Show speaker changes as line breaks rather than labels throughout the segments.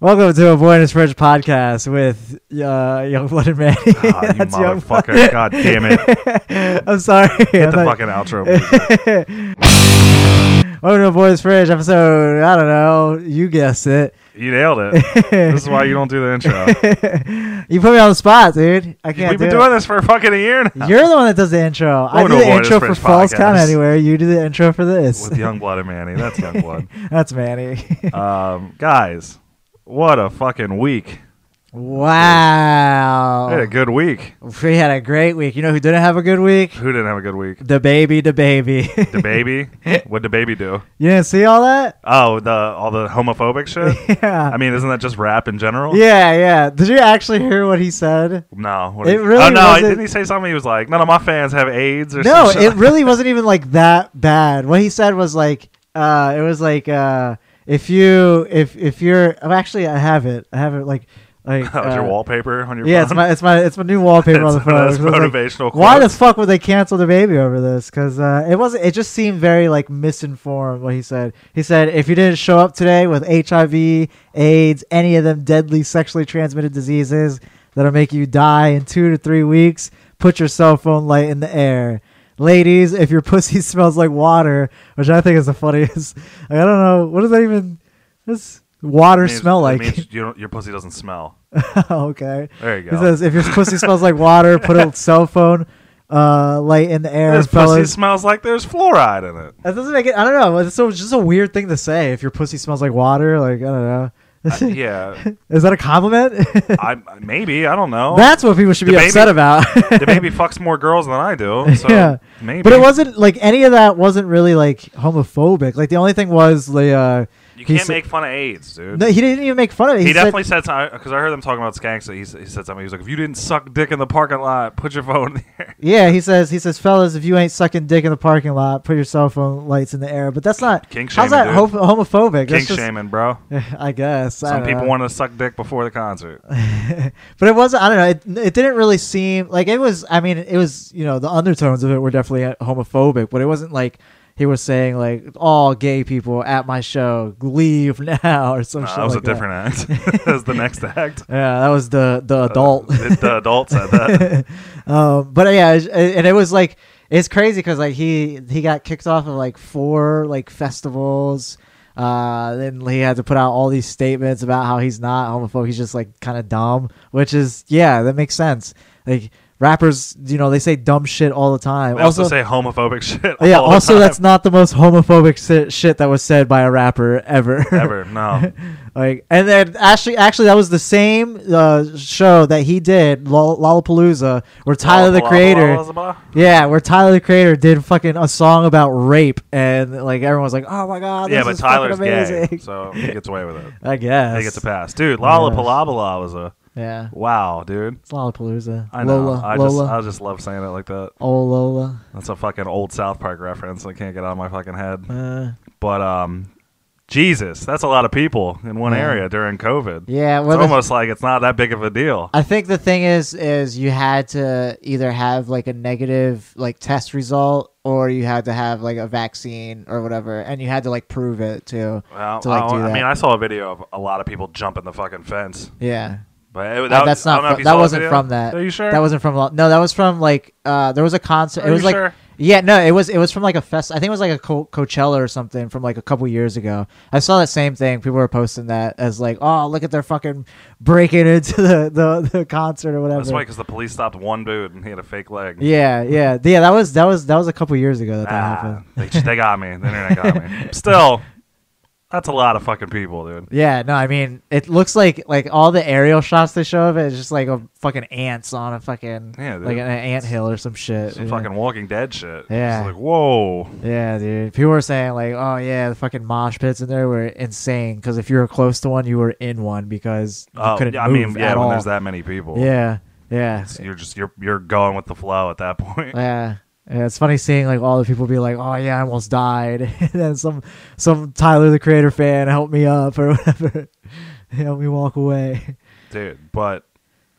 Welcome to a Boy and His French podcast with uh, Young Blooded Manny.
Ah, you
That's Young
motherfucker. God damn it.
Blood- I'm sorry.
Hit
I'm
the
not-
fucking outro. please.
Welcome to a Boy and His French episode. I don't know. You guessed it.
You nailed it. This is why you don't do the intro.
You put me on the spot, dude. I can't.
We've been
do
doing
it.
this for fucking a year now.
You're the one that does the intro. I
Welcome
do
to a Boy
the
and His
intro for
French
False Count
podcast.
Anywhere. You do the intro for this.
with young blood and Manny. That's young blood.
That's Manny.
Um, guys, what a fucking week.
wow.
We
Oh.
had a good week.
we had a great week. You know who didn't have a good week?
Who didn't have a good week?
The baby, the baby.
The baby. what did the baby do?
you didn't see all that?
Oh, the all the homophobic shit.
Yeah.
I mean, isn't that just rap in general?
yeah, yeah. Did you actually hear what he said?
No. What
It
did-
really
oh no!
wasn't-
Didn't he say something? He was like, "None of my fans have AIDS." Or
No,
some shit.
it really wasn't even like that bad. What he said was like, uh, it was like, uh, if you, if if you're, oh, actually, I have it. I have it like, like.
That was your
uh,
wallpaper on your
Yeah,
phone?
it's my it's my it's my new wallpaper on the
That's-
phone.
that's
It was like,
motivational
Why the
quotes.
fuck would they cancel the baby over this? Because uh, it wasn't. It just seemed very like misinformed. What he said. He said if you didn't show up today with HIV, AIDS, any of them deadly sexually transmitted diseases that'll make you die in two to three weeks, put your cell phone light in the air. Ladies, if your pussy smells like water, which I think is the funniest. I don't know what does that even. Does water
It means-
smell
it
like?
means you don't, your pussy doesn't smell.
okay.
There you
He
go.
says, if your pussy smells like water, put a cell phone uh, light in the air,
This pussy
fellas.
smells like there's fluoride in it.
that doesn't make it. I don't know. It's so it's just a weird thing to say. If your pussy smells like water, like I don't
I-
know.
yeah,
Is that a compliment?
I maybe I don't know.
That's what people should be
The baby-
upset about.
the baby fucks more girls than I do. So
Yeah.
maybe.
But it wasn't like any of that wasn't really like homophobic. Like the only thing was the uh,
You
he
can't
said-
make fun of AIDS, dude.
no, he didn't even make fun of it.
he,
said-
definitely said something because I heard them talking about skanks. He, s- he said something. He was like, "If you didn't suck dick in the parking lot, put your phone in there."
yeah, he says he says, fellas, if you ain't sucking dick in the parking lot, put your cell phone lights in the air. But that's not
Kink
how's
shaming,
that
dude.
ho- homophobic?
King
that's just,
shaming, bro.
I guess I
Some
don't
people
know.
want to suck dick before the concert.
but it wasn't. I don't know. It, it didn't really seem like it was. I mean, it was. You know, the undertones of it were definitely uh, homophobic, but it wasn't like he was saying like all gay people at my show leave now or some
Nah,
shit.
that was
like
a different Uh, act. that was the next act.
Yeah, that was the the adult.
the, the adult said that.
um, but yeah, it- and it was like it's crazy because like he he got kicked off of like four like festivals. Uh, then he had to put out all these statements about how he's not homophobic. He's just like kind of dumb, which is yeah, that makes sense. Like rappers, you know, they say dumb shit all the time.
They also, say homophobic shit.
yeah.
all the
Also,
time.
that's not the most homophobic si- shit that was said by a rapper ever.
ever no.
Like, and then actually, actually, that was the same uh, show that he did, Lol- Lollapalooza, where Tyler the
Blah, blah,
Creator,
blah, blah, blah.
yeah, where Tyler the Creator did fucking a song about rape, and like everyone was like, "Oh my god, this
yeah, but
is fucking
Tyler's
amazing."
gay, so he gets away with it.
I guess
He gets a pass, dude. Lala Palabala was a
Yeah,
wow, dude.
it's Lollapalooza.
I know.
Lola,
I
Lola,
just I just love saying it like that.
oh Lola.
That's a fucking old South Park reference. I can't get out of my fucking head.
Uh,
But um, Jesus, that's a lot of people in one
Yeah.
area during COVID.
yeah,
It's
well, the-
almost like it's not that big of a deal.
I think the thing is, is you had to either have like a negative like test result, or you had to have like a vaccine or whatever, and you had to like prove it too.
Well,
to, like,
I,
do
I
that.
mean, I saw a video of a lot of people jumping the fucking fence.
Yeah,
But it, that,
Uh, that's
I don't know
not.
if
From,
you
that
saw the
wasn't
video.
from that.
Are you sure?
That wasn't from. lo- No, that was from like. Uh, there was a concert.
Are
it was
you
like.
sure?
Yeah, no, it was. It was from like a fest. I think it was like a Co- Coachella or something from like a couple years ago. I saw that same thing. People were posting that as like, oh, look at their fucking breaking into the the, the concert or whatever.
That's why, because the police stopped one dude and he had a fake leg.
yeah, yeah, yeah. That was that was that was a couple years ago that that
Ah,
happened.
they, they got me. The internet got me. Still, that's a lot of fucking people, dude.
Yeah, no, I mean, it looks like like all the aerial shots they show of it is just like a fucking ants on a fucking
Yeah, dude.
like an ant hill or some shit.
Some
yeah.
fucking Walking Dead shit.
Yeah.
It's like, whoa.
Yeah, dude. People were saying like, "Oh yeah, the fucking mosh pits in there were insane." Because if you were close to one, you were in one because you
Oh,
couldn't
yeah, I
move
mean, yeah,
at
when
all.
there's that many people.
Yeah, yeah,
It's- You're just you're you're going with the flow at that point.
yeah. Yeah, it's funny seeing like all the people be like, "Oh yeah, I almost died," and then some some Tyler the Creator fan helped me up or whatever, help me walk away.
Dude, but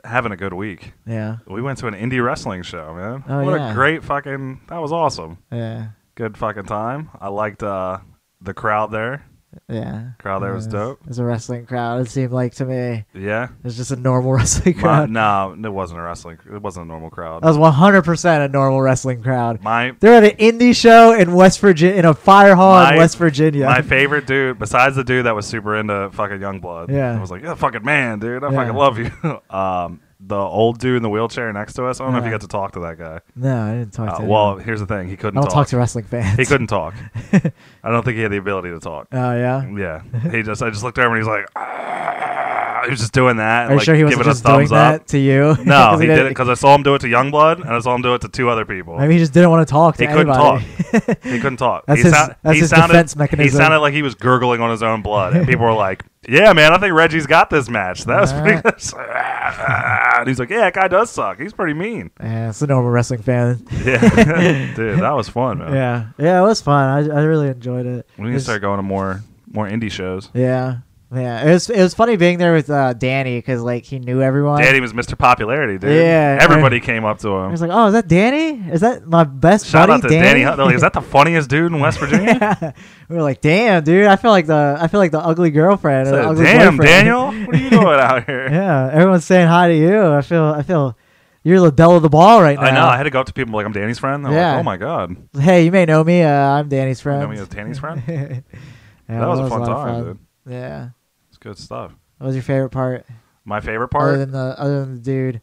having a good week.
Yeah,
We went to an indie wrestling show, man.
Oh,
what
yeah.
a great fucking that was awesome.
yeah,
Good fucking time. I liked uh the crowd there.
Yeah.
Crowd there was
It
dope.
It was a wrestling crowd. It seemed like to me.
Yeah.
It was just a normal wrestling
My,
crowd.
no, it wasn't a wrestling. It wasn't a normal crowd.
That was 100% a normal wrestling crowd.
my
They're at an indie show in West Virginia, in a fire hall
My-
in West Virginia.
my favorite dude, besides the dude that was super into fucking Youngblood.
Yeah.
I was like, yeah, fucking man, dude, I
Yeah.
fucking love you. um, the old dude in the wheelchair next to us. I don't know if you
Yeah.
got to talk to that guy.
no, I didn't talk
Uh,
to him.
well, here's the thing. He
I
couldn't
don't
talk.
talk. to wrestling fans.
he couldn't talk. I don't think he had the ability to talk.
Oh, yeah?
Yeah, he just. I just looked over and he's like, "Ah." he was just doing that.
Are you
like,
sure he
giving
wasn't
us
just doing
thumbs up.
that to you?
No, he, did it
didn't-
because I saw him do it to Youngblood and I saw him do it to two other people.
Maybe he just didn't want to talk to
He couldn't
anybody.
He couldn't talk.
That's
he
his-
sound-
that's
he
his
sounded,
defense mechanism.
He sounded like he was gurgling on his own blood, and people were like, "Yeah, man, I think Reggie's got this match." That was pretty. and he's like, "Yeah, that guy does suck. He's pretty mean."
yeah, it's a normal wrestling fan.
Yeah, dude, that was fun, man.
Yeah, yeah, it was fun. I, I really enjoyed it.
We need to
It's-
start going to more more indie shows.
Yeah, yeah. It was it was funny being there with uh, Danny because like he knew everyone.
Danny was Mr. Popularity, dude.
Yeah,
everybody came up to
I
him.
was like, oh, is that Danny? Is that my best
Shout
buddy,
out to Danny. Hunt. They're like, Is that the funniest dude in West Virginia?
yeah. We were like, damn, dude. I feel like the I feel like the ugly girlfriend. Or the
So,
ugly
Damn,
boyfriend."
Daniel, what are you doing out here?
yeah, everyone's saying hi to you. I feel I feel you're the belle of the ball right now.
I know. I had to go up to people like I'm Danny's friend. They're
Yeah.
like, oh my god,
hey, you may know me. Uh, I'm Danny's friend.
you know me as Danny's friend.
Yeah,
that was a fun
lot of
time,
fun.
dude.
Yeah.
It's good stuff.
What was your favorite part?
My favorite
Other
part,
than the other than the dude,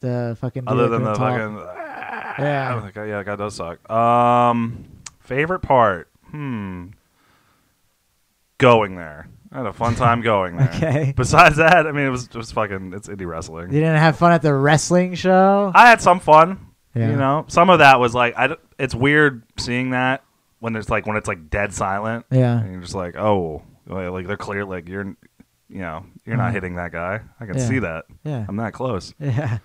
the fucking dude
other
that
than the
couldn't talk.
fucking,
Yeah.
yeah, yeah, that guy does suck. Um, favorite part, hmm, going there. I had a fun time going there.
Okay.
Besides that, I mean, it was just fucking. It's indie wrestling.
You didn't have fun at the wrestling show.
I had some fun.
Yeah.
You know, some of that was like, I. d- It's weird seeing that when it's like when it's like dead silent.
yeah.
And you're just like, oh, like like, they're clear. Like you're, you know, you're
Mhm.
not hitting that guy. I can
Yeah.
see that.
Yeah.
I'm that close.
Yeah.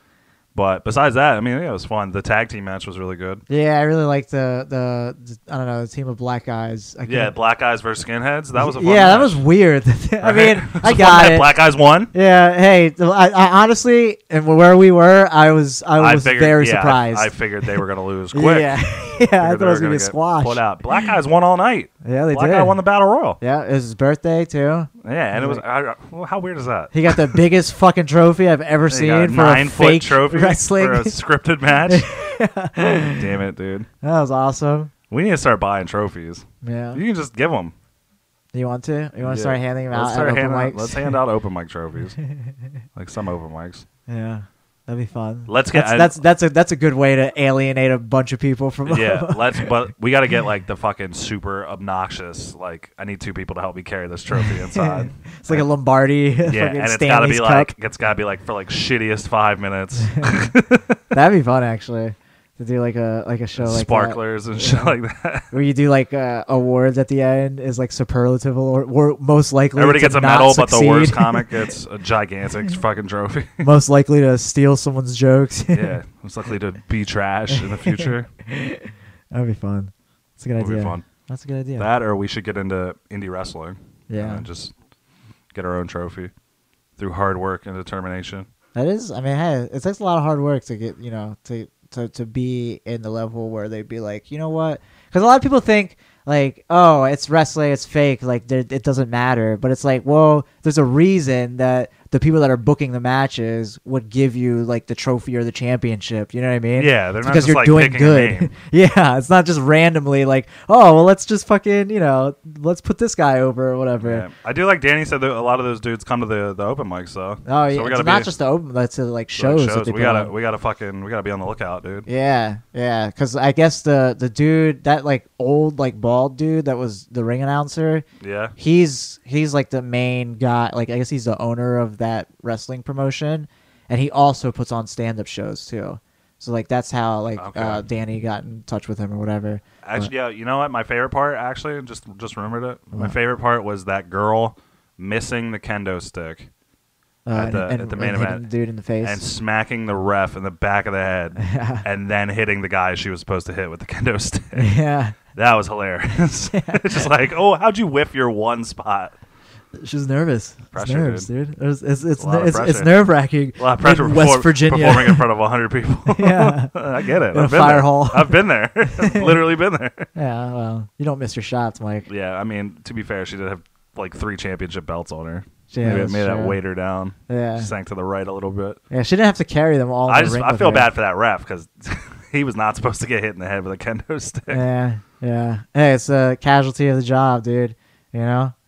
But besides that, I mean, yeah, it was fun. The tag team match was really good.
Yeah, I really liked the, the the I don't know the team of black guys. I
Yeah,
can't-
black eyes versus skinheads. That was a fun
yeah, that
match.
was weird. I
Right?
mean,
It was a
I
fun
got
night.
it.
Black eyes won.
Yeah, hey, th- I, I honestly, and where we were, I was I was
figured,
very
yeah, I-
surprised.
I, figured they were gonna lose quick.
Yeah,
Figured
yeah, I
they
thought it
were
was gonna be a
get
squash.
Pulled out. Black eyes won all night.
Yeah, they
black
did.
guy won the battle royal. Yeah,
Yeah, it was his birthday too.
and it was. I, well, how weird is that?
He got the biggest fucking trophy I've ever
They
seen
got a
for
nine
a
foot
fake
trophy
wrestling.
for a scripted match. Oh, Damn it, dude.
that was awesome.
We need to start buying trophies.
Yeah,
You can just give them.
you want to? You want to start handing them
let's
out?
Start
at open
handing out-
mics?
let's hand out open mic trophies, like some open mics.
Yeah, that'd be fun.
Let's get-
that's, that's that's a that's a good way to alienate a bunch of people from.
yeah, let's. But we got to get like the fucking super obnoxious. Like, I need two people to help me carry this trophy inside.
it's like a Lombardi.
yeah,
fucking
and it's got to
Stanley's
be
cup.
like it's got to be like for like shittiest five minutes,
that'd be fun actually to do like a like a show like that,
sparklers and shit like that.
where you do like uh, awards at the end is like superlative or, or most likely
Everybody
to
gets a
not
medal, but the
succeed.
worst comic gets a gigantic fucking trophy.
most likely to steal someone's jokes.
yeah, most likely to be trash in the future.
that'd be fun. That's a good
Would be
idea.
fun.
That's a good idea.
That, or we should get into indie wrestling.
Yeah.
and just get our own trophy through hard work and determination.
That is, I mean, hey, it takes a lot of hard work to get, you know, to to, to be in the level where they'd be like, you know what? Because a lot of people think like, oh, it's wrestling, it's fake, like there- it doesn't matter. But it's like, well, there's a reason that the people that are booking the matches would give you like the trophy or the championship. You know what I mean?
Yeah, they're
It's
not
because
just,
you're
like,
doing
picking a
good.
name.
yeah, it's not just randomly like, oh, well, let's just fucking, you know, let's put this guy over or whatever.
Yeah. I do like Danny said that a lot of those dudes come to the, the open mics though.
Oh, yeah.
we
it's
gotta
not
be-
just the open, that's the, like
like,
shows. that they
We
put
gotta
on.
we gotta fucking we gotta be on the lookout, dude.
Yeah, yeah, because I guess the the dude that like old like bald dude that was the ring announcer,
Yeah.
he's he's like the main guy. Like I guess he's the owner of that wrestling promotion, and he also puts on stand up shows too. So like that's how like
Okay.
uh, Danny got in touch with him or whatever.
Actually, yeah. You know what? My favorite part, actually, just just remembered it. My favorite part was that girl missing the kendo stick
Uh,
at
and,
the-
and-
at the main
and hitting
event.
the dude in the face.
and smacking the ref in the back of the head, and then hitting the guy she was supposed to hit with the kendo stick.
yeah,
that was hilarious. it's just like, oh, how'd you whiff your one spot?
she was nervous. It's
Pressure,
nerves, dude. It was- It's it's
A lot of
it's, it's
pressure.
nerve wracking.
A lot of pressure
in
perform-
West Virginia.
performing in front of 100 people.
Yeah.
I get it.
In a
I've been
fire
there.
hall.
I've been there. I've literally been there.
yeah, well, you don't miss your shots, Mike.
Yeah, I mean, to be fair, she did have like three championship belts on her.
Yeah,
Maybe it
that's
made that
true.
weight her down.
Yeah.
She sank to the right a little bit.
Yeah, she didn't have to carry them all. in
I
the
just
ring
I
with
feel
her.
bad for that ref because he was not supposed to get hit in the head with a kendo stick.
Yeah, yeah. Hey, it's a casualty of the job, dude. You know.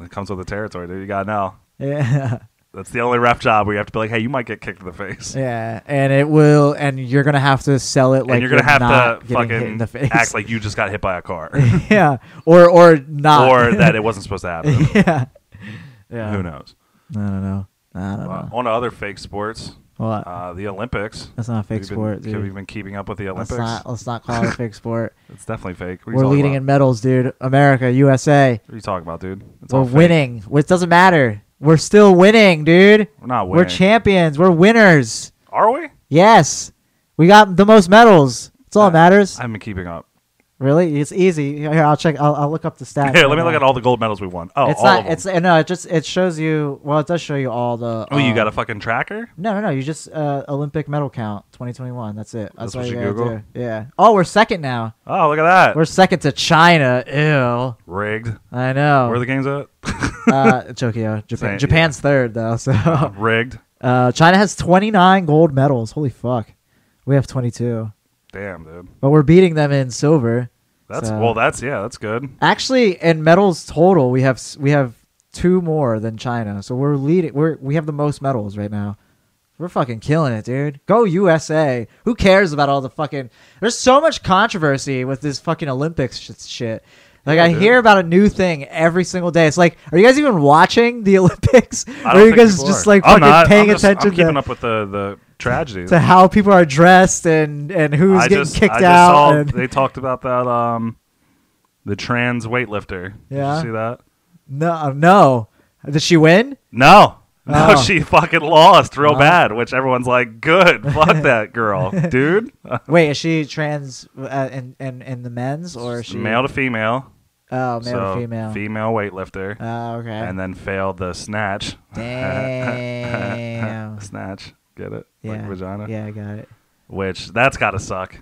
It comes with the territory, dude. You gotta know.
Yeah,
That's the only ref job where you have to be like, hey, you might get kicked in the face.
yeah. And it will, and you're gonna have to sell it like
and you're gonna have
not
to
getting hit in
fucking
the face.
act like you just got hit by a car,
yeah, or or not,
or that it wasn't supposed to happen.
yeah, yeah.
Who knows?
I don't know. I don't
Uh,
know.
on to other fake sports,
What?
uh, the Olympics.
That's not a fake
Have you been-
sport,
Have you
dude.
been keeping up with the
Let's
Olympics?
not let's not call it a fake sport.
It's definitely fake. What are you
We're
talking
leading
about?
in medals, dude. America, USA.
What are you talking about, dude? It's all
We're
fake.
winning. Which doesn't matter. We're still winning, dude.
We're not winning.
We're champions. We're winners.
Are we?
Yes. We got the most medals. That's all
Uh,
that matters.
I've been keeping up.
really? It's easy. Here, I'll check. I'll, I'll look up the stats.
Here, let me
right
look
now.
at all the gold medals we won. Oh,
It's
all
not.
of them.
It's uh, no. It just it shows you. Well, it does show you all the.
oh, you
um,
got a fucking tracker?
No, no, no. You just uh, Olympic medal count 2021. That's it. That's,
That's what
all you
you
gotta
Google?
do. Yeah. Oh, we're second now.
Oh, look at that.
We're second to China. Ew.
Rigged.
I know.
Where are the games at?
uh, Tokyo, Japan.
Same, Um,
Japan's third though. So
Rigged.
uh, China has 29 gold medals. Holy fuck. We have 22,
Damn, dude.
but we're beating them in silver.
That's
So-
well. That's yeah. That's good.
Actually, in medals total, we have we have two more than China. So we're leading. We're we have the most medals right now. We're fucking killing it, dude. Go USA. Who cares about all the fucking? There's so much controversy with this fucking Olympics sh- shit. Like
Yeah,
I
dude.
hear about a new thing every single day. It's like, are you guys even watching the Olympics?
I
Or
don't
are you
think
guys
people
just
are.
like
I'm
fucking
not.
paying
I'm just-
attention
I'm keeping
to,
up with the the tragedies.
to how people are dressed and and who's
I
getting
just,
kicked
I just
out?
Saw,
and-
They talked about that. Um, the trans weightlifter.
Yeah.
Did you see that?
no, uh, no. Did she win?
No. No,
Oh.
she fucking lost real
Oh.
bad, which everyone's like, good, fuck that girl, dude.
Wait, is she trans uh, and and and the men's or is she
male to female.
Oh, male
so
to female.
Female weightlifter.
oh, okay.
and then failed the snatch.
Damn.
snatch. Get it?
yeah.
Like vagina.
Yeah, I got it.
Which, that's got to suck.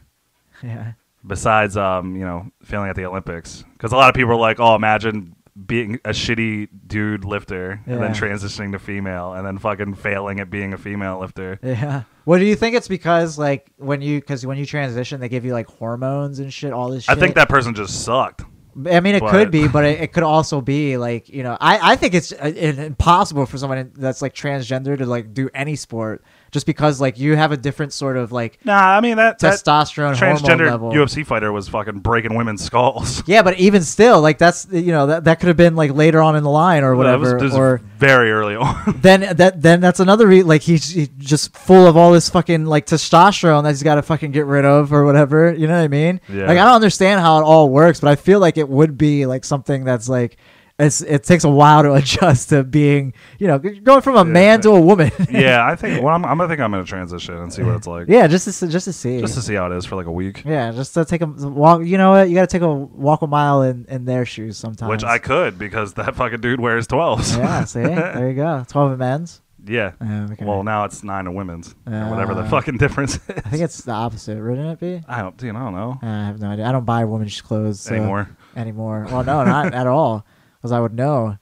Yeah.
Besides, um, you know, failing at the Olympics. Because a lot of people are like, oh, imagine being a shitty dude lifter and then
Yeah.
transitioning to female and then fucking failing at being a female lifter.
Yeah. Well, do you think it's because like when you because when you transition they give you like hormones and shit all this
I
shit?
think that person just sucked.
I mean it
but-
could be, but it, it could also be like you know I I think it's uh, it- impossible for someone that's like transgender to like do any sport just because like you have a different sort of like
Nah, I mean, that, that
testosterone hormone
transgender
level.
UFC fighter was fucking breaking women's skulls.
Yeah, but even still, like that's you know that, that could have been like later on in the line or
That was-
whatever.
this is
or
very early on.
then that then that's another re- like he's, he's just full of all this fucking like testosterone that he's got to fucking get rid of or whatever. You know what I mean?
Yeah.
Like I don't understand how it all works, but I feel like it would be like something that's like. It's, it takes a while to adjust to being, you know, going from a man to a woman.
yeah, I think. Well, I'm, I'm gonna think I'm gonna transition and see what it's like.
yeah, just to, s- just to see.
just to see how it is for like a week.
yeah, just to take a walk. You know what? You got to take a walk a mile in, in their shoes sometimes.
Which I could because that fucking dude wears twelves.
Yeah, see, there you go. Twelve in men's.
yeah.
Oh, okay.
Well, now it's nine in women's, and whatever the
Uh,
fucking difference is.
I think it's the opposite, wouldn't it be?
I don't, dude, I don't know
Uh, I have no idea. I don't buy women's clothes so-
anymore.
Anymore? Well, no, not at all, because I would know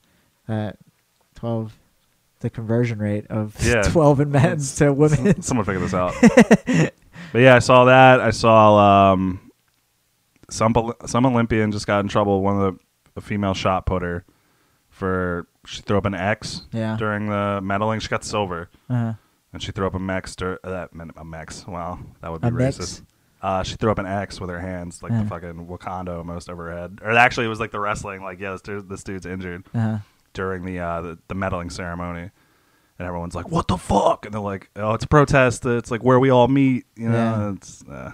that twelve, the conversion rate of
Yeah.
twelve in men's to women's.
Someone figure this out. but yeah, I saw that. I saw um, some Pol- some Olympian just got in trouble. One of the a female shot putter for she threw up an X
Yeah.
during the medaling. She got silver.
Uh,
and she threw up a max. Dur- uh, that meant a max. Wow, that would be
A Uh.
racist.
mix?
Uh, she threw up an X with her hands, like
Yeah.
the fucking Wakanda almost over her head. Or actually, it was like the wrestling. Like, yeah, this, dude, this dude's injured
uh,
during the, uh, the the medaling ceremony, and everyone's like, "What the fuck?" And they're like, "Oh, it's a protest. It's like where we all meet." You know,
Yeah.
it's uh,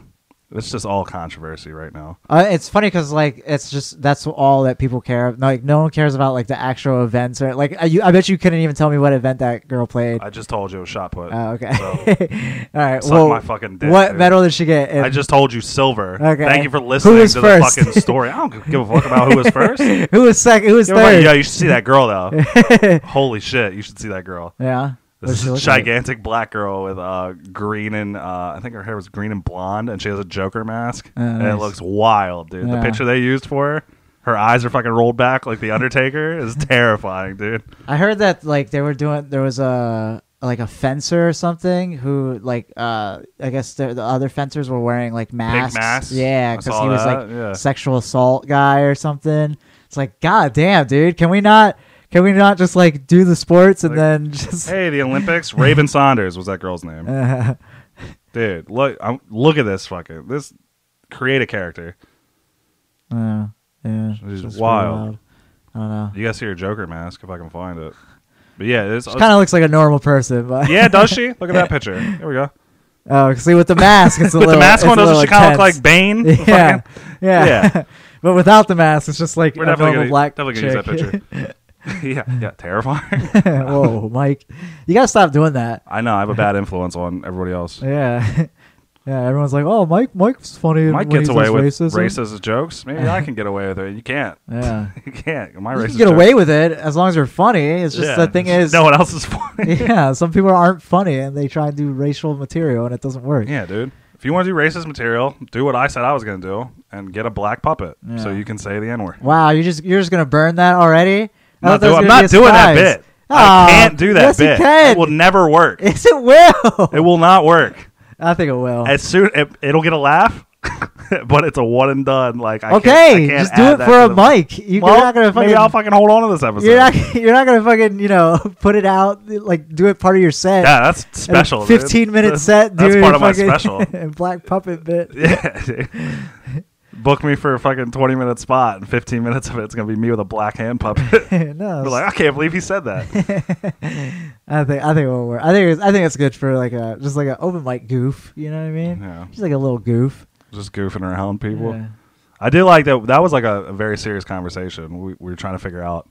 it's just all controversy right now.
uh, it's funny because like it's just that's all that people care. of. Like no one cares about like the actual events or like I, you, I bet you couldn't even tell me what event that girl played.
I just told you it was shot put.
Oh, okay.
So,
all right.
suck
well,
my fucking dick,
what
dude.
medal did she get? in-
I just told you silver.
Okay.
Thank you for
Who
listening
was
to
first?
the fucking story. I don't give a fuck about who was first.
who was second? Who was
You know, like,
third?
yeah, you should see that girl though. Holy shit, you should see that girl.
Yeah. What
This
does
is a
she look like?
gigantic black girl with uh, green and uh, I think her hair was green and blonde, and she has a Joker mask,
Oh,
and it
nice.
looks wild, dude.
Yeah.
The picture they used for her Her eyes are fucking rolled back like the Undertaker is terrifying, dude.
I heard that like they were doing there was a like a fencer or something who like uh I guess the, the other fencers were wearing like masks.
masks?
Yeah,
I
because
saw
he was
that,
like
yeah.
sexual assault guy or something. It's like god damn, dude, can we not can we not just like do the sports and
Like,
then just
Hey, the Olympics. Raven Saunders was that girl's name, dude. Look, I'm, look at this fucking this. Create a character.
Yeah, yeah, it's
is
just
wild.
I don't know.
You guys see her Joker mask if I can find it. But yeah, it's
She kind of looks like a normal person, but
Uh, yeah. Does she look at that picture? Here we go.
Oh, see, with the mask, it's a
With
little.
the mask
it's
on,
a
doesn't
little
she kind of
intense.
look like Bane?
Yeah,
Fucking-
yeah.
Yeah.
but without the mask, it's just like
We're
a
definitely
normal
gonna,
black
definitely gonna use that
chick.
picture. yeah, yeah, terrifying.
Whoa, Mike, you gotta stop doing that.
I know I have a bad influence on everybody else.
Yeah, yeah. Everyone's like, "Oh, Mike, Mike's funny."
Mike
when
gets
he
away
says
with
racism.
racist jokes. Maybe I can get away with it. You can't.
Yeah,
You can't. My
you
racist
can get away with it as long as you're funny. It's just the thing is,
no one else is funny.
yeah, some people aren't funny and they try and do racial material and it doesn't work.
yeah, dude. If you want to do racist material, do what I said I was gonna do and get a black puppet so
Yeah.
you can say the n word.
Wow, you just you're just gonna burn that already? I
I'm not,
thought that was
doing- I'm
gonna
not
be a
doing that
surprise.
bit. I
Aw,
can't do that
yes,
bit.
You can.
It will never work.
Yes, it will.
It will not work.
I think it will.
As soon it, it'll get a laugh, but it's a one and done. Like I can't-
okay,
I can't
just do
add
it
that
for
to
a
the-
mic. You,
Well,
are not gonna fucking.
maybe I'll fucking hold on to this episode.
you're not. You're not gonna fucking. You know, put it out. Like, do it part of your set.
yeah, that's
And a
special. dude.
Fifteen minute
That's-
set.
That's
dude,
part of my
fucking-
special.
and black puppet bit.
yeah. dude. Book me for a fucking twenty minute spot, and fifteen minutes of it's gonna be me with a black hand puppet.
no,
We're like, I can't believe he said that.
I think I think it will work. I think it's, I think it's good for like a just like an open mic goof. You know what I mean?
yeah,
Just like a little goof.
just goofing around, people.
Yeah.
I did like that. That was like a, a very serious conversation. We, we were trying to figure out.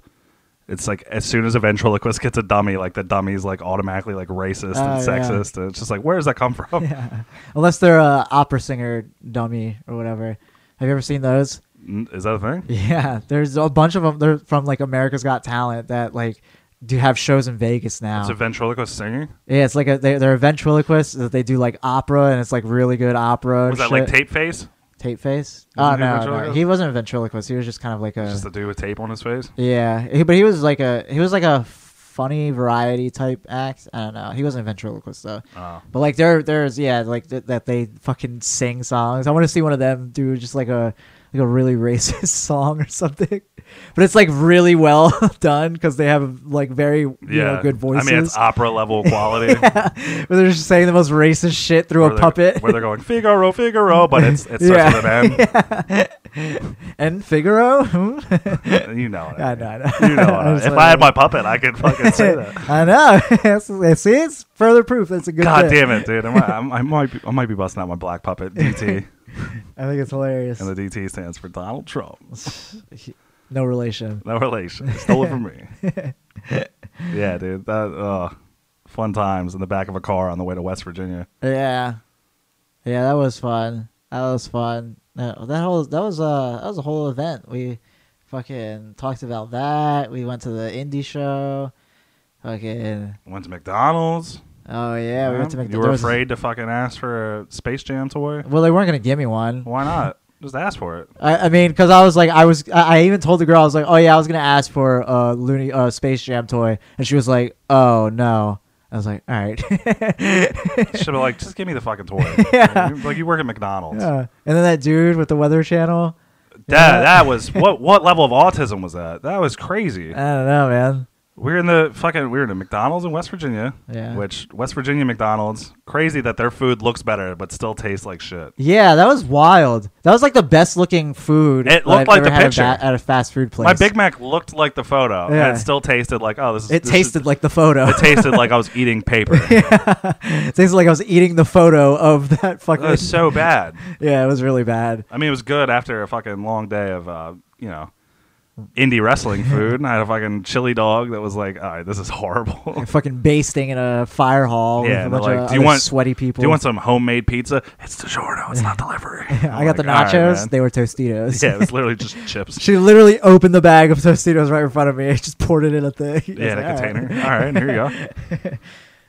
It's like as soon as a ventriloquist gets a dummy, like the dummy's like automatically like racist
Oh,
and
yeah.
sexist, and it's just like where does that come from?
yeah. Unless they're a opera singer dummy or whatever. Have you ever seen those?
N- Is that a thing?
Yeah, there's a bunch of them. They're from like America's Got Talent that like do have shows in Vegas now.
It's a ventriloquist singer.
yeah, it's like a, they, they're a ventriloquist that they do like opera and it's like really good opera. and
Was that like
shit.
tape face?
Tape face?
Wasn't
Oh
he a
no, no,
ventriloquist?
he wasn't a ventriloquist. He was just kind of like a
Just the dude with tape on his face.
yeah. He, but he was like a he was like a funny variety type act. I don't know. He wasn't a ventriloquist though.
Oh.
But like there, there's yeah, like th- that they fucking sing songs. I want to see one of them do just like a like a really racist song or something. But it's like really well done because they have like very you know, good voices.
I mean, it's opera level quality.
Where they're just saying the most racist shit through
where
a
they're-
puppet
Where they're going Figaro, Figaro, but it's it starts
Yeah.
with an
and Figaro. hmm?
N. you know it.
I know, I know.
You know it.
I was
if
like-
I had my puppet, I could fucking say that.
I know. It's- see, it's further proof. That's a good.
God
bit.
damn it, dude! I might, I might- I might be, I might be busting out my black puppet DT,
I think it's hilarious.
and the DT stands for Donald Trump.
No relation.
No relation. Stole it from me. yeah, dude. That uh, fun times in the back of a car on the way to West Virginia.
Yeah, yeah, that was fun. That was fun. That, that whole that was uh that was a whole event. We fucking talked about that. We went to the indie show. Fucking
Went to McDonald's.
oh yeah, we went to make
You
there
were
was-
afraid to fucking ask for a Space Jam toy.
Well, they weren't gonna give me one.
Why not? Just ask for it.
I, I mean, because I was like, I was, I, I even told the girl, I was like, oh yeah, I was gonna ask for a Looney, uh, Space Jam toy, and she was like, oh no. I was like, all right.
Should have like, just give me the fucking toy.
Yeah.
Like, you- like you work at McDonald's.
Yeah. And then that dude with the Weather Channel.
That that was what what level of autism was that? That was crazy.
I don't know, man.
we're in the fucking we're in a McDonald's in West Virginia.
Yeah.
Which West Virginia McDonald's crazy that their food looks better but still tastes like shit.
Yeah, that was wild. That was like the best looking food.
It
that
looked
I've
like
ever
the
had
picture.
At, a ba- at a fast food place.
My Big Mac looked like the photo
Yeah.
and it still tasted like oh this is
It
this
tasted
is-
like the photo.
it tasted like I was eating paper.
it tasted like I was eating the photo of that
It
fucking.
was so bad.
yeah, it was really bad.
I mean, it was good after a fucking long day of, uh, you know, indie wrestling food. And I had a fucking chili dog that was like, all right, this is horrible.
Like fucking basting in a fire hall
Yeah,
with a
and
bunch
they're
of
like, "Do you
other
want-
sweaty people.
Do you want some homemade pizza? It's DiGiorno. It's not delivery. I'm
I got
like,
the
"All right,
nachos.
man."
they were Tostitos.
yeah, it was literally just chips.
she literally opened the bag of Tostitos right in front of me. and just poured it in a thing.
Yeah, in a
It's like,
container.
"All right."
All right, here you go.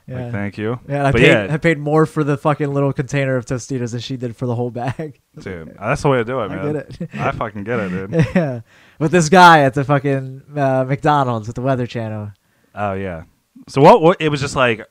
Yeah.
Like, thank you.
Yeah, and I
but
paid,
yeah,
I paid more for the fucking little container of Tostitos than she did for the whole bag.
dude, that's the way to do it,
I
man.
get it.
I fucking get it, dude.
yeah. with this guy at the fucking uh, McDonald's with the Weather Channel.
Oh yeah. So what, what? It was just like,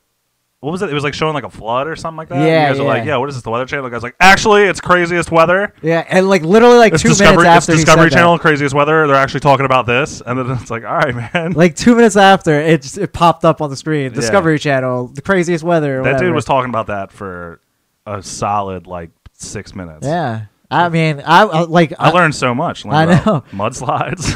what was it? It was like showing like a flood or something like that.
Yeah,
You guys are like,
yeah.
yeah. What is this? The Weather Channel. The guy's like, actually, it's craziest weather.
Yeah, and like literally like
it's
two
Discovery,
minutes
it's
after he
Discovery
said that-
Channel, craziest weather. They're actually talking about this, and then it's like, all right, man.
like two minutes after it, just, it popped up on the screen.
Yeah.
Discovery Channel, the craziest weather. Or
that dude
whatever.
was talking about that for a solid like six minutes.
Yeah, I mean, I, I like
I, learned so much. Learned
I
about mudslides.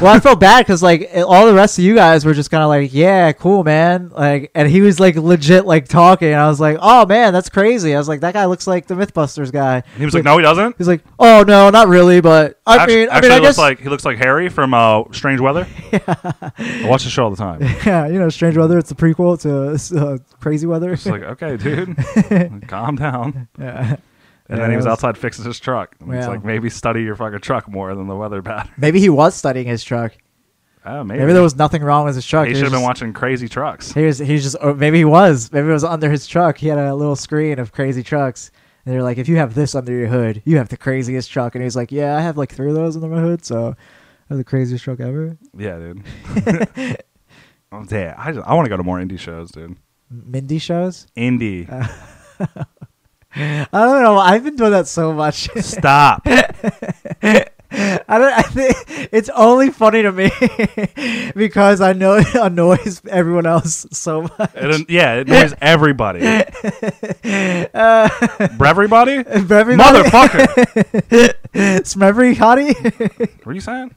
well, I felt bad because like it- all the rest of you guys were just kind of like, yeah, cool, man. Like, and he was like legit like talking. And I was like, oh man, that's crazy. I was like, that guy looks like the MythBusters guy.
he was like, no, he doesn't.
He's like, oh no, not really, but I
Actu-
mean, I
actually,
mean, I
he looks
guess
like he looks like Harry from uh, Strange Weather. I watch the show all the time.
yeah, you know, Strange Weather. It's the prequel to uh, Crazy Weather.
It's like, okay, dude, calm down.
yeah.
And
Yeah,
then he
that
was
was-
outside fixing his truck. And It's
Yeah.
like maybe study your fucking truck more than the weather pattern.
Maybe he was studying his truck.
Oh, maybe.
Maybe, there was nothing wrong with his truck.
He
was
should have been
just-
watching Crazy Trucks.
He was, he was just, or maybe he was. Maybe it was under his truck. He had a little screen of crazy trucks. And they're like, if you have this under your hood, you have the craziest truck. And he's like, yeah, I have like three of those under my hood. So that's the craziest truck ever.
Yeah, dude. oh, damn. I, just- I want to go to more indie shows, dude.
Mindy shows?
Indie.
Uh, I don't know. I've been doing that so much.
Stop.
I don't, I think it's only funny to me because I know it annoys everyone else so much.
It an- yeah, it annoys everybody.
Uh,
Everybody?
Everybody,
Motherfucker.
Smrevery Hottie?
what are you saying?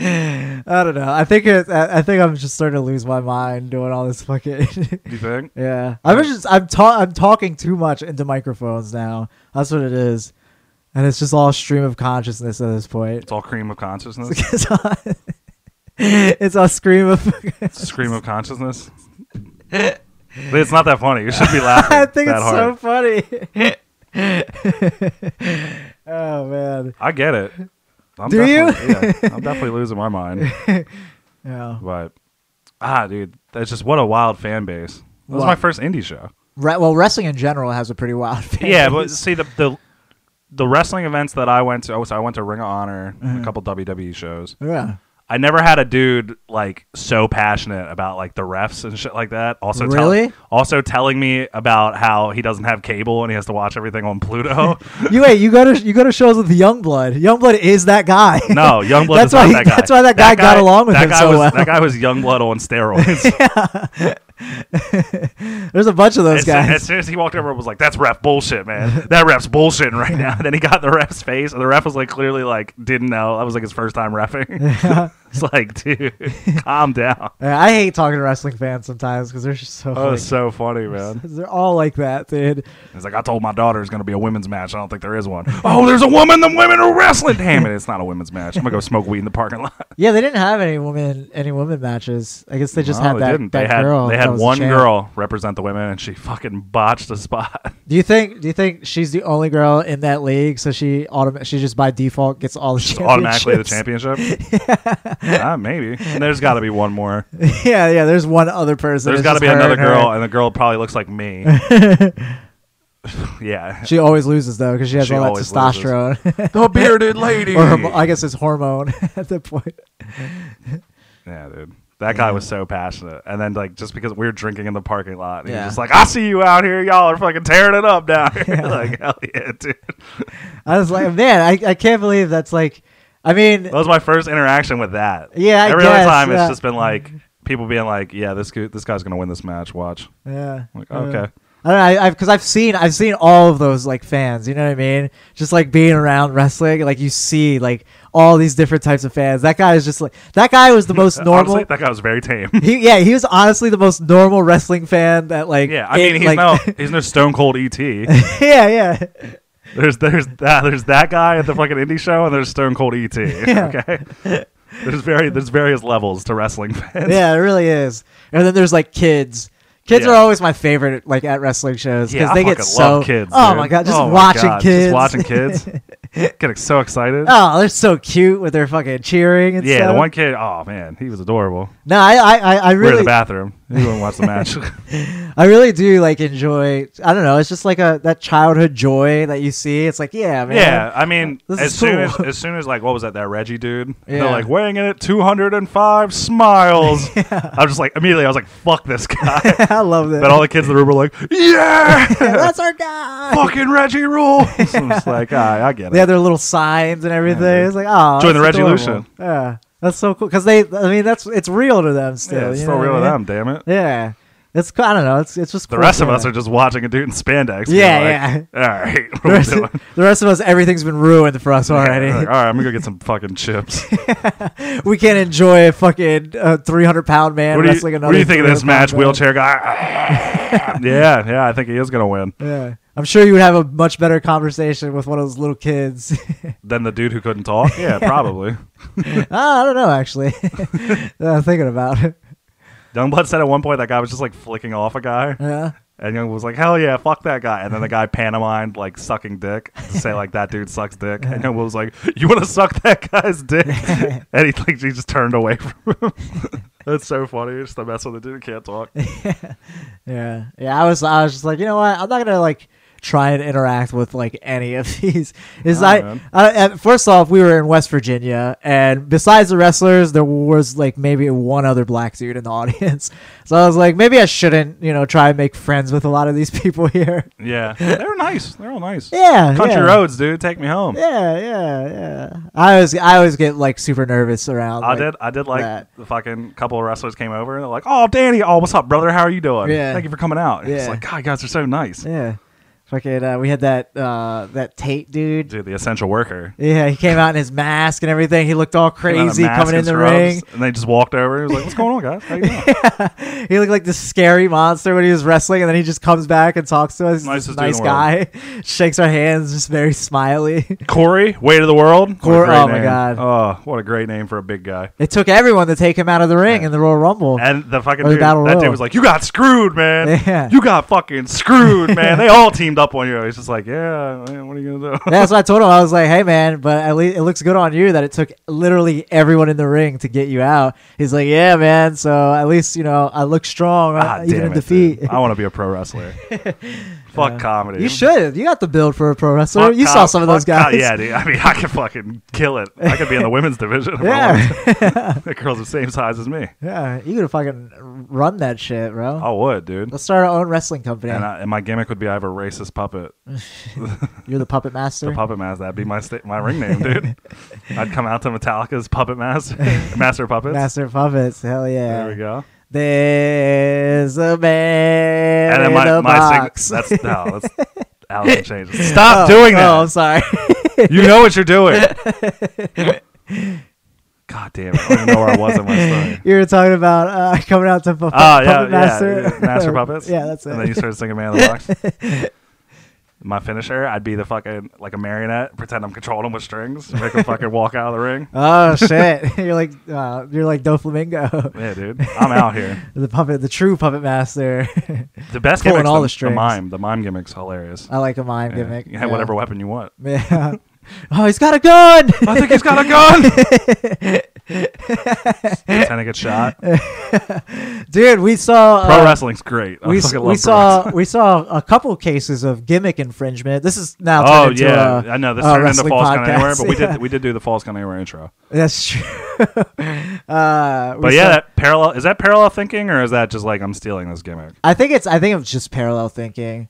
I don't know. I think it, I I think I'm just starting to lose my mind doing all this fucking.
You think?
yeah, I was just I'm ta- I'm talking too much into microphones now. That's what it is, and it's just all stream of consciousness at this point.
It's all cream of consciousness.
it's all, it's all scream of.
Scream of consciousness. it's not that funny. You should be laughing.
I think
that
it's
hard.
so funny. oh man,
I get it. I'm
Do you?
definitely- Yeah, I'm definitely losing my mind.
yeah.
But ah, dude, that's just what a wild fan base. That was
Wow.
my first indie show.
Re- well, wrestling in general has a pretty wild. fan
Yeah, but
base.
see the the the wrestling events that I went to. Oh, so I went to Ring of Honor,
Mm-hmm.
and a couple WWE shows.
yeah.
I never had a dude like so passionate about like the refs and shit like that. Also, tell-
Really?
also telling me about how he doesn't have cable and he has to watch everything on Pluto.
You wait, you go to you go to shows with Youngblood. Youngblood is that guy.
No, Youngblood
That's
is not
why-
that guy.
that's why that guy got along with
that
him
guy
so
was,
well.
That guy was Youngblood on steroids.
There's a bunch of those
As,
guys.
as soon as he walked over, I was like, "That's ref bullshit, man. That ref's bullshitting right now." then he got in the ref's face, and the ref was like, clearly like didn't know. That was like his first time refing. it's like, dude, calm down.
Yeah, I hate talking to wrestling fans sometimes because they're just so.
That
like-
was so funny, man.
they're all like that, dude.
He's like, I told my daughter it's gonna be a women's match. I don't think there is one. Oh, there's a woman. The women are wrestling. Damn it, it's not a women's match. I'm gonna go smoke weed in the parking lot.
Yeah, they didn't have any women any women matches. I guess they just
No,
had
they
that,
didn't.
that
they had
girl.
they
that
had
was the
one
champ.
girl represent the women, and she fucking botched the spot.
Do you think? Do you think she's the only girl in that league? So she autom- she just by default gets all the
Just automatically the
championships?
championship. Ah, maybe. There's got to be one more.
yeah, yeah. There's one other person.
There's
It's
got to
just
be
her
another
and her.
girl, and the girl probably looks like me. yeah.
She always loses though because she has
She
all that
always loses.
testosterone
the bearded lady.
or her, I guess it's hormone at that point.
yeah, dude. That guy was so passionate. And then, like, just because we were drinking in the parking lot, and he
Yeah.
was just like, I see you out here. Y'all are fucking tearing it up down here. like, hell yeah, dude.
I was like, man, I, I can't believe that's like, I mean,
That was my first interaction with that.
Yeah, I
Every other
guess,
time,
yeah.
it's just been like, people being like, yeah, this, gu- this guy's going to win this match. Watch.
yeah.
I'm like,
yeah.
okay.
I don't know, I, I've because I've seen I've seen all of those like fans. You know what I mean? Just like being around wrestling, like you see like all these different types of fans. That guy is just like that guy was the most normal.
Honestly, that guy was very tame.
he yeah, he was honestly the most normal wrestling fan that like
Yeah, I
it-
mean he's
like,
no he's no Stone Cold E ET. There's
yeah yeah
there's that there's that guy at the fucking indie show and there's Stone Cold ET.
Yeah.
Okay, there's very there's various levels to wrestling fans.
yeah it really is. And then there's like kids. Kids
Yeah.
are always my favorite like at wrestling shows because
Yeah, I
they get
fucking
so
love kids.
oh
dude.
my god just
Oh my
watching
God,
kids
just watching kids, getting so excited.
Oh, they're so cute with their fucking cheering and
yeah,
stuff.
the one kid. Oh man, he was adorable.
No, I, I, I, I
We We're in
really.
the bathroom. You wouldn't watch the match.
I really do like enjoy. I don't know. It's just like a that childhood joy that you see. It's like, yeah, man.
yeah, I mean,
This
as
is
soon as
cool.
as soon as like what was that that Reggie dude?
Yeah.
They're like weighing in at two hundred and five smiles. I was just like immediately I was like, fuck this guy.
I love that.
but all the kids in the room were like, yeah,
That's our guy.
fucking Reggie rules. I'm just like, all right, I get it.
They had their little signs and everything.
dude.
it's like, oh,
Join
that's
the Reggie
adorable.
Lucian.
Yeah, that's so cool because they. I mean, that's it's real to them still.
yeah, it's
you
still
know
real
what
with
I
them,
mean?
damn it.
Yeah, it's I don't know. It's it's just
The
cool
rest of
for
us
them.
are just watching a dude in spandex. being
Yeah,
like, All right,
The
what are we
rest,
doing?
the rest of us, everything's been ruined for us already.
Yeah, like, all right, I'm gonna go get some fucking chips.
we can't enjoy a fucking uh, 300 pound man
what do you,
wrestling
what
another.
do you think of this
300
match,
pound man.
wheelchair guy? yeah, yeah, I think he is gonna win.
Yeah. I'm sure you would have a much better conversation with one of those little kids.
Then the dude who couldn't talk. Yeah, probably.
Ah, I don't know, actually. Now I'm thinking about it.
Youngblood said at one point that guy was just like flicking off a guy,
Yeah.
and Young was like, "Hell yeah, fuck that guy." And then the guy pantomimed like sucking dick to say like that dude sucks dick, and Young was like, "You want to suck that guy's dick?" and he like he just turned away from him. That's so funny. It's the mess with the dude who can't talk.
Yeah. Yeah. I was, I was just like, you know what? I'm not going to like try and interact with like any of these. Is
Nah,
I,
man.
I, at- first off, we were in West Virginia and besides the wrestlers, there was like maybe one other black dude in the audience. So I was like, maybe I shouldn't, you know, try and make friends with a lot of these people here.
Yeah, they're nice. They're all nice.
Yeah.
Country
yeah.
roads, dude. Take me home.
Yeah, yeah, yeah. I always, I always get like super nervous around.
I
like-
did. I did like
that.
the fucking couple of wrestlers came over and they're like, "Oh, Danny, oh, what's up, brother? How are you doing?
Yeah.
Thank you for coming out." And It's
Yeah.
like, God, you guys are so nice,
Yeah, fucking. Uh, we had that uh, that Tate dude.
dude. The essential worker.
Yeah, he came out in his mask and everything. He looked all
Came out in a
crazy
mask
coming in
and
the
scrubs,
ring.
and they just walked over. He was like, "What's going on, guys? How you doing?
He looked like this scary monster when he was wrestling, and then he just comes back and talks to us. He's this
Nicest dude in
nice
the world.
guy, shakes our hands, just very smiley.
Corey, way to the world. What a
Cor-
great
oh my
name.
God.
Oh, what a great name for a big guy.
It took everyone to take him out of the ring
Yeah.
in the Royal Rumble.
And the fucking
Or Oh, the
dude, that
Battle
dude
Royal.
was like, "You got screwed, man.
Yeah.
You got fucking screwed, man. They all teamed up on you." He's just like, "Yeah, man, what are you gonna do?"
Yeah, that's what I told him. I was like, "Hey, man, but at least it looks good on you that it took literally everyone in the ring to get you out." He's like, "Yeah, man. So at least you know I look strong, uh,
Ah,
even
damn
in
it,
defeat."
dude. I want to be a pro wrestler. Fuck comedy.
you should. You got the build for a pro wrestler.
Fuck
you saw
com-
some of those
fuck com-
guys.
yeah, dude. I mean, I could fucking kill it. I could be in the women's division. If I wanted
yeah,
to. the girls the same size as me.
yeah. You could have fucking run that shit, bro.
I would, dude.
Let's start our own wrestling company.
And, I, and my gimmick would be I have a racist puppet.
You're the puppet master.
The puppet master. That'd be my sta- my ring name, dude. I'd come out to Metallica's puppet master, master puppets.
master of puppets. Hell yeah.
There we go.
There's a man
and then
in
my
a
my
box.
sig- that's no, that's Allison changes. Stop doing that.
Oh, I'm sorry.
You know what you're doing. God damn it! I don't even know where I was in my story.
You were talking about uh, coming out to pu-
Oh,
puppet
yeah,
master,
yeah, yeah. Master Puppets.
yeah, that's it.
And then you started singing Man in the Box. My finisher, I'd be the fucking like a marionette, pretend I'm controlling him with strings, make him fucking walk out of the ring.
oh shit, you're like uh, you're like Doflamingo,
Yeah, dude, I'm out here.
the puppet, the true puppet master.
The best
Pulling
gimmick,
all
the,
the
the
strings.
mime, the mime gimmick's hilarious.
I like a mime
yeah.
gimmick.
You can have whatever weapon you want.
Yeah. Oh, he's got a gun.
I think he's got a gun. Pretend I get shot.
Uh, Dude, we saw
Pro
uh,
wrestling's great. I
We,
fucking love
we
pro wrestling.
saw we saw a couple cases of gimmick infringement. This is now turned
Oh
into
yeah,
a-
I know this
a
turned into
wrestling
Falls Count
podcast.
Anywhere, but we
Yeah.
did we did do the Falls Count Anywhere intro.
That's true. uh, we
But yeah,
saw-
that parallel is that parallel thinking or is that just like I'm stealing this gimmick?
I think it's I think it's just parallel thinking.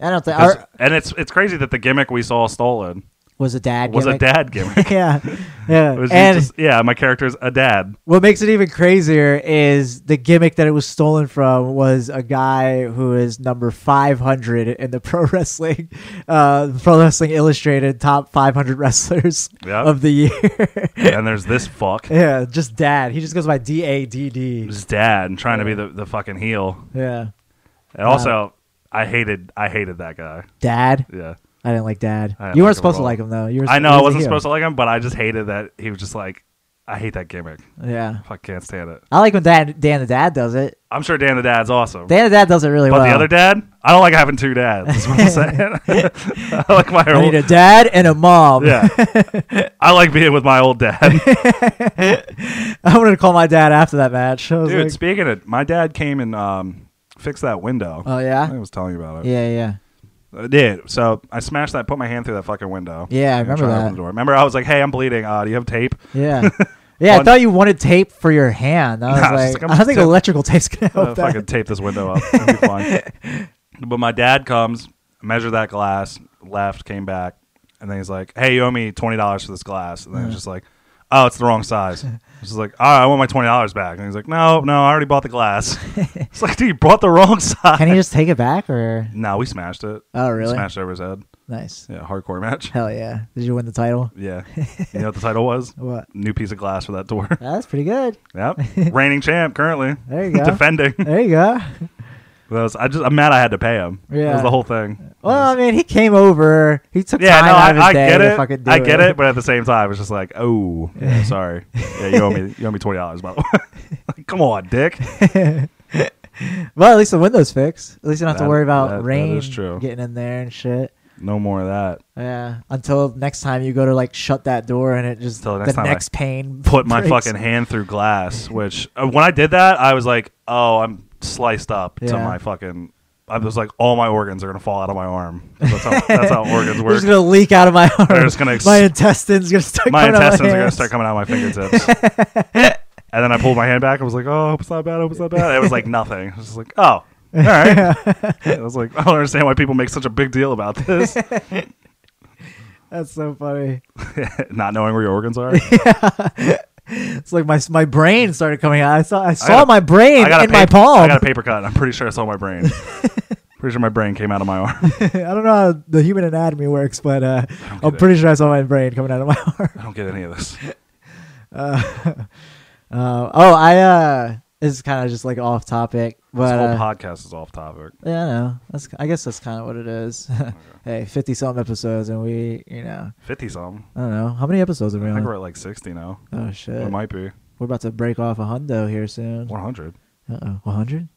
I don't think
Because-
or-
and it's it's crazy that the gimmick we saw stolen
was a dad.
was a
gimmick.
dad gimmick.
yeah, yeah.
It was
and
just, yeah, my character's a dad.
what makes it even crazier is the gimmick that it was stolen from was a guy who is number 500 in the pro wrestling, uh, pro wrestling illustrated top 500 wrestlers
Yeah.
of the year.
and there's this fuck,
yeah, just dad. He just goes by D A D D.
his dad, and trying to be the, the fucking heel.
Yeah,
And also, I hated I hated that guy.
dad.
Yeah,
I didn't like dad.
I didn't
You weren't
like him at
supposed to
all.
like him though. You were,
I know
he
I
was a
wasn't
heel.
supposed to like him, but I just hated that he was just like. I hate that gimmick.
Yeah.
I can't stand it.
I like when Dan, Dan the dad does it.
I'm sure Dan the dad's awesome.
Dan the dad does it really
but
well.
the other dad, I don't like having two dads. That's what I'm saying. I like my
I
old.
need a dad and a mom.
oh. yeah, I like being with my old dad.
I wanted to call my dad after that match. I was
Dude,
like,
speaking of, my dad came and um, fixed that window.
oh
I
yeah,
think I was telling you about it.
yeah, yeah.
I did. So I smashed that, put my hand through that fucking window.
Yeah, I
And
remember
tried to
that.
open the door. Remember, I was like, hey, I'm bleeding. Uh, do you have tape?
Yeah. Yeah, I
On-
thought you wanted tape for your hand. I was
Nah, I was
like,
just like,
I
I'm
don't think
just-
electrical tape's gonna help
Uh, if I
that.
could tape this window up, it'd be fine. But my dad comes, measured that glass, left, came back, and then he's like, hey, you owe me $20 for this glass. And then it's just like, oh, it's the wrong size. She's like, all right, I want my $20 back. And he's like, no, no, I already bought the glass. it's like, dude, you bought the wrong size.
Can you just take it back or?
no, we smashed it.
Oh, really?
Smashed it over his head.
Nice.
Yeah, hardcore match.
Hell yeah! Did you win the title?
Yeah. You know what the title was?
What?
New piece of glass for that door.
That's pretty good.
Yep. Reigning champ currently.
There you go.
Defending.
There you go.
That was- I just I'm mad I had to pay him. That
Yeah.
was the whole thing.
Well, I mean, he came over. He took
yeah,
time
no,
out of his
I, I
day
get
to fucking
it.
do
I get it, but at the same time, it's just like, oh, yeah, sorry. Yeah, you owe me you owe me twenty dollars by the way. Like, Come on, Dick.
Well, at least the window's fixed. At least you don't have to
That-
worry about
that- that
rain
is true.
getting in there and shit.
No more of that.
Yeah. Until next time you go to like shut that door and it just
Till
the
next
next,
time I
pane.
Put my
breaks.
fucking hand through glass. Which uh, when I did that, I was like, oh, I'm sliced up to
Yeah.
my fucking. I was like, all my organs are gonna fall out of my arm. That's how, that's how organs
They're
work.
just gonna leak out of my arm.
They're just gonna ex-
my intestines gonna start.
my
coming out of
intestines are gonna
hands.
start coming out of my fingertips. and then I pulled my hand back. I was like, "Oh, I hope it's not bad. I hope it's not bad." It was like nothing. I was just like, "Oh, all right." I was like, "I don't understand why people make such a big deal about this,
That's so funny.
not knowing where your organs are."
It's like my my brain started coming out. I saw I saw
got a-
my brain
I got a
in my
paper- I
palm.
got a paper cut. I'm pretty sure I saw my brain. pretty sure my brain came out of my arm.
I don't know how the human anatomy works, but uh,
don't
I'm
get it.
pretty sure I saw my brain coming out of my arm.
I don't get any of this.
Uh, oh, I uh, this is kind of just like off topic,
This
but
whole
uh,
podcast is off topic.
yeah, I know. That's I guess that's kind of what it is. hey, fifty some episodes, and we, you know,
Fifty something.
I don't know how many episodes are we
I think we're
on.
at like sixty now.
Oh shit,
It might be
we're about to break off a hundo here soon.
one hundred.
Uh oh, one hundred.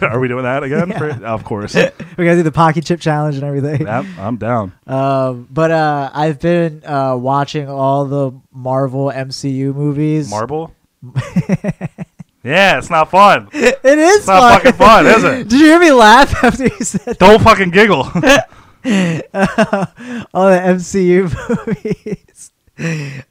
Are we doing that again? Of course. yep,
We gotta do the pocket chip challenge and everything.
I'm down.
Um, but uh, I've been uh, watching all the Marvel MCU movies.
Marble? yeah, it's not fun. It's
it is
not
fun.
fucking fun, is it?
Did you hear me laugh after you said
Don't fucking giggle.
all the MCU movies?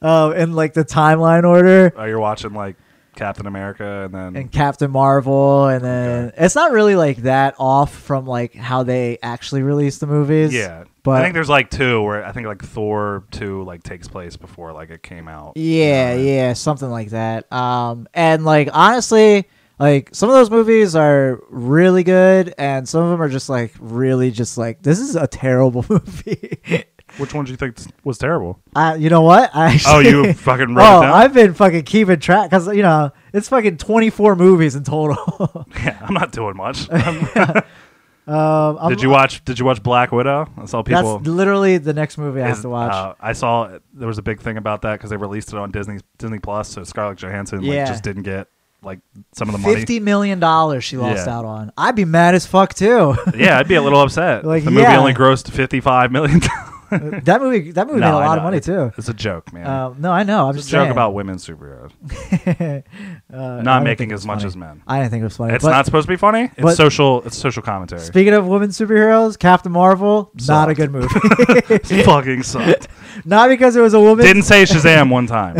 Um, in like the timeline order,
oh, you're watching like Captain America and then
and Captain Marvel, and then it's not really like that off from like how they actually released the movies.
yeah.
but
I think there's like two where I think like Thor 2 like takes place before like it came out.
Yeah, yeah, something like that. Um, and like honestly, like some of those movies are really good, and some of them are just like really just like this is a terrible movie.
Which one do you think was terrible?
I, you know what? I actually,
Oh, you fucking wrote
Oh,
it down?
I've been fucking keeping track because you know it's fucking twenty four movies in total.
Yeah, I'm not doing much.
um, I'm-
did you watch Did you watch Black Widow? I saw
That's
people.
literally the next movie I
is-
have to watch.
uh, I saw there was a big thing about that because they released it on Disney Disney Plus, so Scarlett Johansson
Yeah.
like just didn't get like some of the money.
Fifty million dollars she lost
Yeah.
out on. I'd be mad as fuck too.
yeah, I'd be a little upset.
Like,
if the movie
yeah.
only grossed fifty five million. dollars.
that movie, that movie made a
I
lot
know.
of money too.
It's a joke, man.
Um, no, I know. I'm
it's
just
a joke
saying.
about women superheroes
Uh, I
not
don't
making
think
as
it's
much
funny.
as men.
I didn't think it was funny.
It's
but
not supposed to be funny. It's
but-
social. It's social commentary.
Speaking of women superheroes, Captain Marvel, not a
Sucked.
good movie.
It fucking sucked.
not because it was a woman.
Didn't say Shazam one time.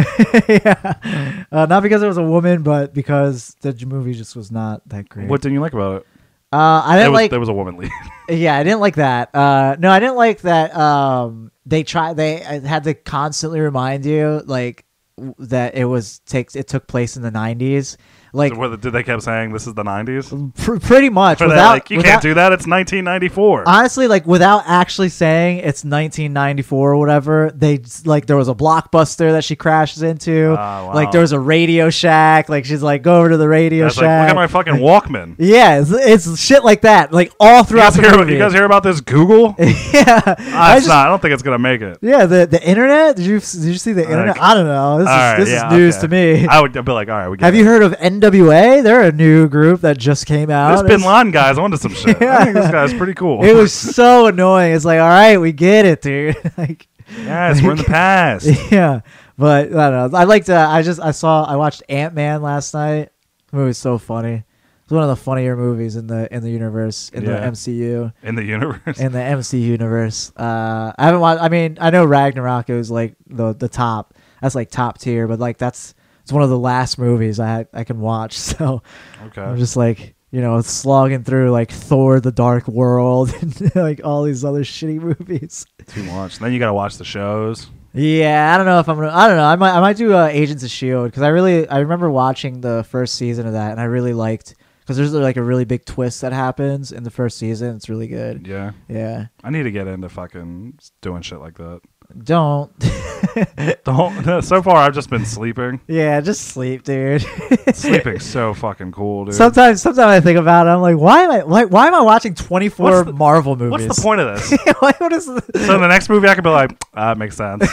yeah. Uh, not because it was a woman, but because the j- movie just was not that great.
what didn't you like about it?
uh, I
There
didn't
was,
like.
there was a woman lead.
Yeah, I didn't like that. Uh, no, I didn't like that. Um, they try. They I had to constantly remind you, like, w- that it was takes. It took place in the '90s. Like
So whether- did they kept saying this is the 90s?
pr- pretty much
For that,
without
like, you
without-
can't do that. It's 1994.
honestly like without actually saying it's 1994 or whatever they like there was a blockbuster that she crashes into
Ah, wow.
like there was a radio shack like she's like go over to the radio
That's like,
shack
look at my fucking Walkman.
yeah it's, it's shit like that like all
You
throughout
guys,
the
hear,
movie
you guys hear about this Google? Ah, it's
yeah I just-
not. I don't think it's gonna make it.
yeah the, the internet did you did you see the internet
Like-
I don't know this is,
All right,
this
yeah,
is news
okay.
to me
I would I'd be like, all right, we get
have
it.
you heard of NWA they're a new group that just came out
This Bin Laden guy's onto some shit. I think this guy's pretty cool.
it was so annoying it's like all right we get it dude like
yes, we're in the past.
yeah, but I don't know. I liked. Uh, I just I saw. I watched Ant Man last night. The movie's so funny. It's one of the funnier movies in the in the universe in
Yeah.
the MCU
In the universe.
in the MC universe. Uh, I haven't watched. I mean, I know Ragnarok is like the the top. That's like top tier, but like that's it's one of the last movies I I can watch. So I'm
Okay.
just like you know slogging through like Thor: The Dark World and like all these other shitty movies.
Too much. Then you gotta watch the shows.
Yeah, I don't know if I'm gonna. I don't know. I might. I might do uh, Agents of Shield because I really. I remember watching the first season of that, and I really liked because there's like a really big twist that happens in the first season. It's really good.
Yeah.
Yeah.
I need to get into fucking doing shit like that.
Don't.
The whole so far I've just been sleeping.
yeah, just sleep, dude.
Sleeping's so fucking cool, dude.
sometimes, sometimes I think about it. I'm like, why am I like, why am I watching 24
What's the-
Marvel
What's
movies?
the point of this?
like, what is?
so the next movie I could be like, ah, it makes sense.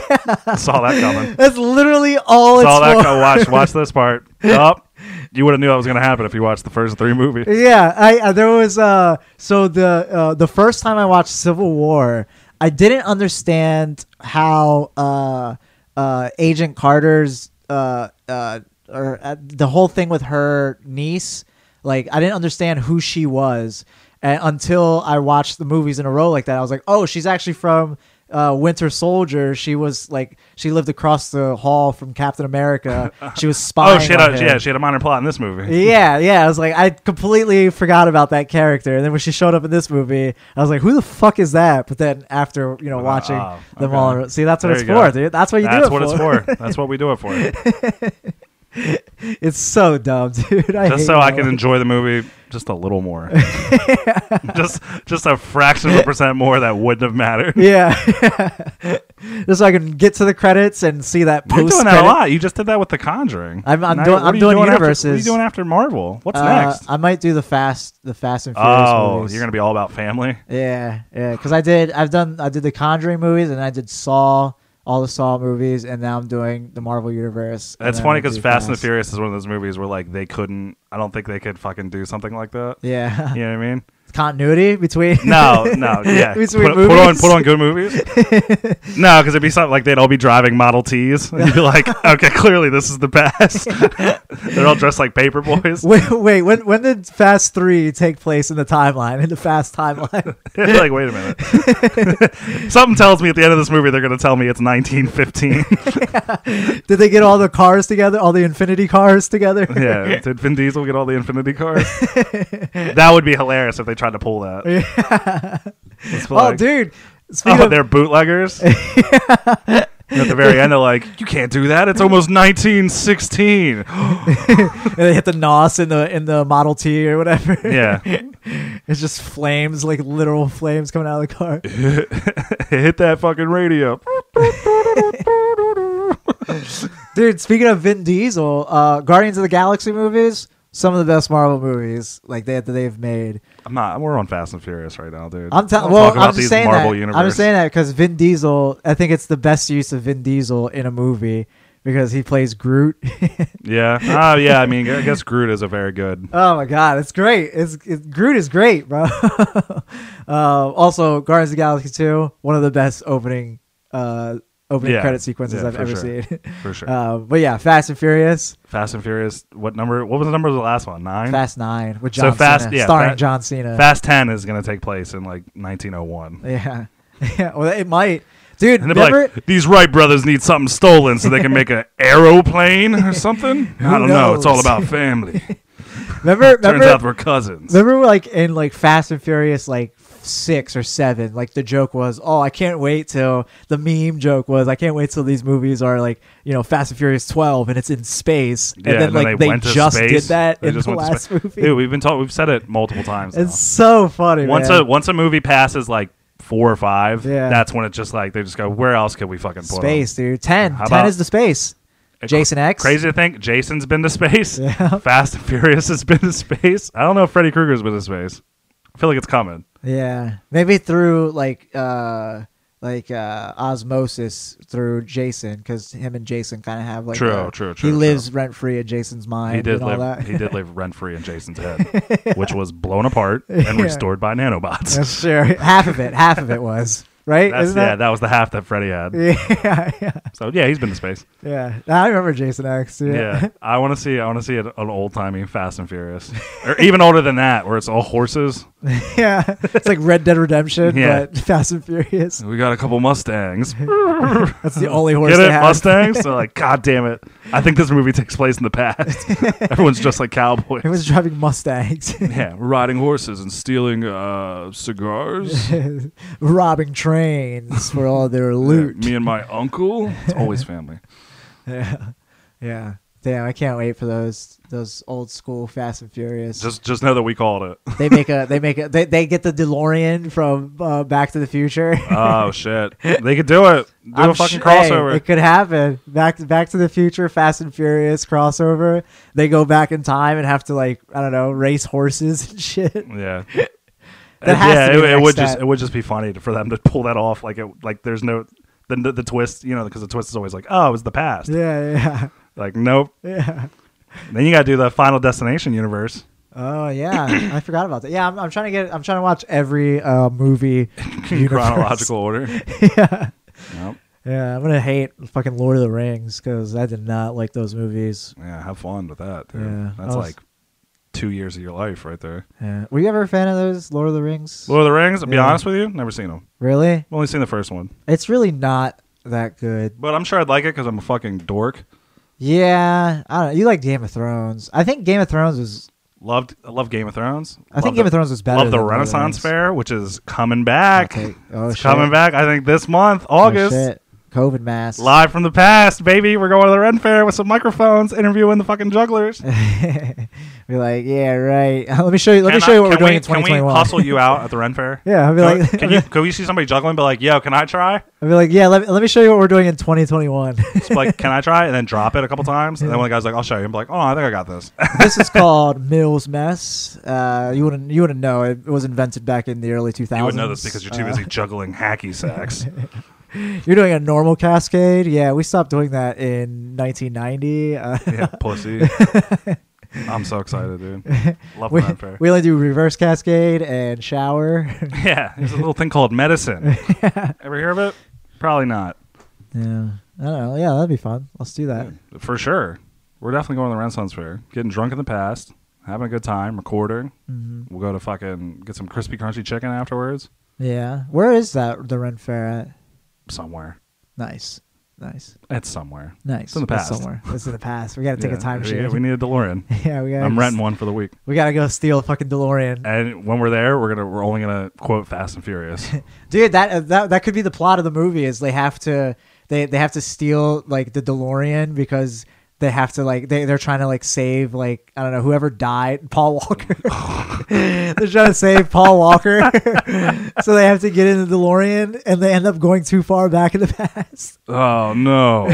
Saw that coming.
That's literally all it's
Saw that
for.
go watch watch this part. Oh, you would have knew that was gonna happen if you watched the first three movies.
Yeah, I, I there was uh so the uh, the first time I watched Civil War, I didn't understand how uh uh Agent Carter's uh uh or uh, the whole thing with her niece, like I didn't understand who she was and until I watched the movies in a row like that. I was like, "Oh, she's actually from uh, Winter Soldier. She was like, she lived across the hall from Captain America. She was spying.
Oh, she had
on
a
him.
yeah, she had a minor plot in this movie.
Yeah, yeah. I was like, I completely forgot about that character, and then when she showed up in this movie, I was like, who the fuck is that? But then after you know
Wow,
watching them
okay.
all, see, that's what
There
it's
you go.
for, dude. That's what you
That's
do it
what it's
for.
for. That's what we do it for.
It's, so dumb, dude. I hate
just so I
that
can
one.
enjoy the movie just a little more. just just a fraction of a percent more that wouldn't have mattered.
Yeah, just so I can get to the credits and see that
You're
post.
doing that a lot. You just did that with The Conjuring.
I'm- I'm
Now,
doing-
what
I'm
are you
doing
after- what are
universes.
you doing after Marvel? What's next?
Uh, I might do the fast, the Fast and Furious
Oh,
movies.
you're gonna be all about family.
Yeah, yeah. Because I did. I've done. I did the Conjuring movies, and I did Saw, all the Saw movies, and now I'm doing the Marvel Universe. and
That's
then
funny
I'll
because
do
Fast and the Furious is one of those movies where like they couldn't. I don't think they could fucking do something like that.
Yeah,
You know what I mean?
continuity between.
No, no, yeah. Put,
Between
put on
movies.
put on good movies. no, because it'd be something like they'd all be driving Model Ts, and you'd be like, okay, clearly this is the past. They're all dressed like paper boys.
Wait, wait. When when did Fast Three take place in the timeline? In the Fast timeline?
like, wait a minute. Something tells me at the end of this movie they're going to tell me it's 1915.
did they get all the cars together? All the Infinity cars together?
yeah, did Vin Diesel get all the Infinity cars? that would be hilarious if they tried to pull that. It's
Oh,
like-
dude. Speaking
Oh,
of,
they're bootleggers. And at the very end, they're like, "You can't do that. It's almost 1916."
they hit the nos in the in the Model T or whatever.
yeah,
it's just flames, like literal flames coming out of the car.
hit that fucking radio.
Dude, speaking of Vin Diesel, uh, Guardians of the Galaxy movies, some of the best Marvel movies like that that they've made.
I'm not. We're on Fast and Furious right now, dude.
I'm
Don't
telling.
talk
Well,
about
I'm
these
just saying
Marvel
that.
Universe.
I'm just saying that because Vin Diesel, I think it's the best use of Vin Diesel in a movie because he plays Groot.
Yeah. Oh, yeah. I mean, I guess Groot is a very good.
oh my god, it's great. It's, it's Groot is great, bro. uh, also, Guardians of the Galaxy Two, one of the best opening uh, opening
Yeah.
credit sequences
Yeah,
I've
for
ever
sure.
seen.
For sure.
Uh, but yeah, Fast and Furious,
Fast and Furious. What number? What was the number of the last one? Nine.
Fast uh, Nine with
So
John
Fast-
Cena,
yeah,
starring
Fa-
John Cena.
Fast Ten is gonna take place in like 1901.
Yeah. Yeah. Well, it might. Dude,
And they'd
remember?
be like, these Wright brothers need something stolen so they can make an aeroplane or something. I don't know. It's all
knows?
about family.
Remember,
Turns out
remember,
we're cousins.
remember, like in like Fast and Furious, like six or seven. Like the joke was, oh, I can't wait till the meme joke was, I can't wait till these movies are like you know Fast and Furious twelve and it's in space, and
Yeah,
then like they,
went to
just did
space.
that
They
in
just
the
went to
last
space.
movie.
Dude, we've been talking. We've said it multiple times. now.
it's so funny.
Once
man.
a once a movie passes like four or five,
Yeah.
that's when it's just like they just go, where else could we fucking put 'em?"
space, dude. Ten.
How
Ten
about-
is the space. Jason X.
Crazy to think Jason's been to space. Fast and Furious has been to space. I don't know if Freddy Krueger's been to space. I feel like it's coming.
Yeah, maybe through like uh like uh osmosis through Jason because him and Jason kind of have like
True,
a-
true,
He
true,
lives rent free in Jason's mind.
He did
and all
live.
that.
He did live rent free in Jason's head, which was blown apart and
Yeah.
restored by nanobots.
Yeah, sure, half of it, half of it was right.
That's-
Isn't
yeah,
that?
that was the half that Freddy had.
yeah, yeah,
So yeah, he's been to space.
yeah. I remember Jason X. Yeah.
Yeah, I want to see. I want to see an, an old timey Fast and Furious, or even older than that, where it's all horses.
Yeah. It's like Red Dead Redemption,
Yeah.
but Fast and Furious.
We got a couple Mustangs.
That's the only horse
Get
they
it,
have.
Mustangs? They're like, God damn it! I think this movie takes place in the past. Everyone's just like cowboys.
It was driving Mustangs,
yeah, riding horses and stealing uh, cigars.
robbing trains for all their loot.
Me and my uncle. It's always family.
Yeah. Yeah. Damn, I can't wait for those those old school Fast and Furious.
Just, just know that we called it.
they make a they make a they, they get the DeLorean from uh, Back to the Future.
Oh shit! They could do it. Do
I'm
a fucking
sure- hey,
crossover.
it could happen. Back to Back to the Future, Fast and Furious crossover. They go back in time and have to like I don't know race horses and shit.
Yeah.
That has
yeah,
to be the
it, it
next
would just
step.
it would just be funny to- for them to pull that off. Like it, like there's no the the, the twist, you know, because the twist is always like, oh, it was the past.
Yeah,
Like nope.
yeah, yeah.
Then you got to do the Final Destination universe.
Oh yeah, I forgot about that. Yeah, I'm, I'm trying to get I'm trying to watch every uh, movie
in
universe.
chronological order.
yeah.
Nope.
Yeah, I'm gonna hate fucking Lord of the Rings because I did not like those movies.
Yeah, have fun with that. Dude.
Yeah,
That's
I was-
like two years of your life right there.
Yeah. Were you ever a fan of those Lord of the Rings?
Lord of the Rings. I'll be
Yeah.
honest with you, never seen them.
Really?
I've only seen the first one,
It's really not that good.
but I'm sure I'd like it because I'm a fucking dork.
Yeah, I don't know. You like Game of Thrones? I think Game of Thrones was.
Loved, I love Game of Thrones.
I think
Love
Game
the-
of Thrones was better.
Love the
than Lord of
Renaissance
Rings.
Fair, which is coming back.
Okay. Oh,
it's
shit.
coming back. I think this month,
Oh,
August.
shit. COVID mask.
Live from the past, baby. We're going to the Ren Fair with some microphones, interviewing the fucking jugglers.
We're like, yeah, right. Let me show you. Let me
Can
show
I-
you what we're
can
doing
we-
in 2021.
Can we hustle you out at the Ren Fair?
yeah, I'll be
Can,
like,
can you? Can we see somebody juggling? Be like, yo, can I try?
I'll be like, yeah. Let me, let me show you what we're doing in 2021.
Just be like, can I try? And then drop it a couple times. And then when the guy's like, I'll show you. I'm like, oh, I think I got this.
this is called Mills Mess. Uh, you wouldn't you wouldn't know. It was invented back in the early 2000s.
you wouldn't know this because you're too
Uh,
busy juggling hacky sacks.
you're doing a normal cascade. Yeah, we stopped doing that in 1990. Uh,
yeah, pussy. I'm so excited, dude. Love the
we,
Ren Fair.
we only do reverse cascade and shower.
Yeah, there's a little thing called medicine. Ever hear of it? Probably not.
yeah, I don't know. Yeah, that'd be fun. Let's do that.
For sure. We're definitely going to the Renaissance Fair. Getting drunk in the past, having a good time, recording.
Mhm.
We'll go to fucking get some crispy crunchy chicken afterwards.
Yeah, where is that the Ren Fair at?
Somewhere.
Nice, nice,
It's somewhere.
nice.
It's in the past.
somewhere. It's in the past. We gotta take
Yeah.
a time
Yeah,
machine.
we need a DeLorean.
yeah, we gotta.
I'm
just-
renting one for the week.
We gotta go steal a fucking DeLorean.
And when we're there, we're gonna we're only gonna quote Fast and Furious.
dude that uh, that that could be the plot of the movie is they have to they they have to steal like the DeLorean because they have to like they they're trying to like save like I don't know whoever died Paul Walker they're trying to save Paul Walker so they have to get in the DeLorean and they end up going too far back in the past
oh no!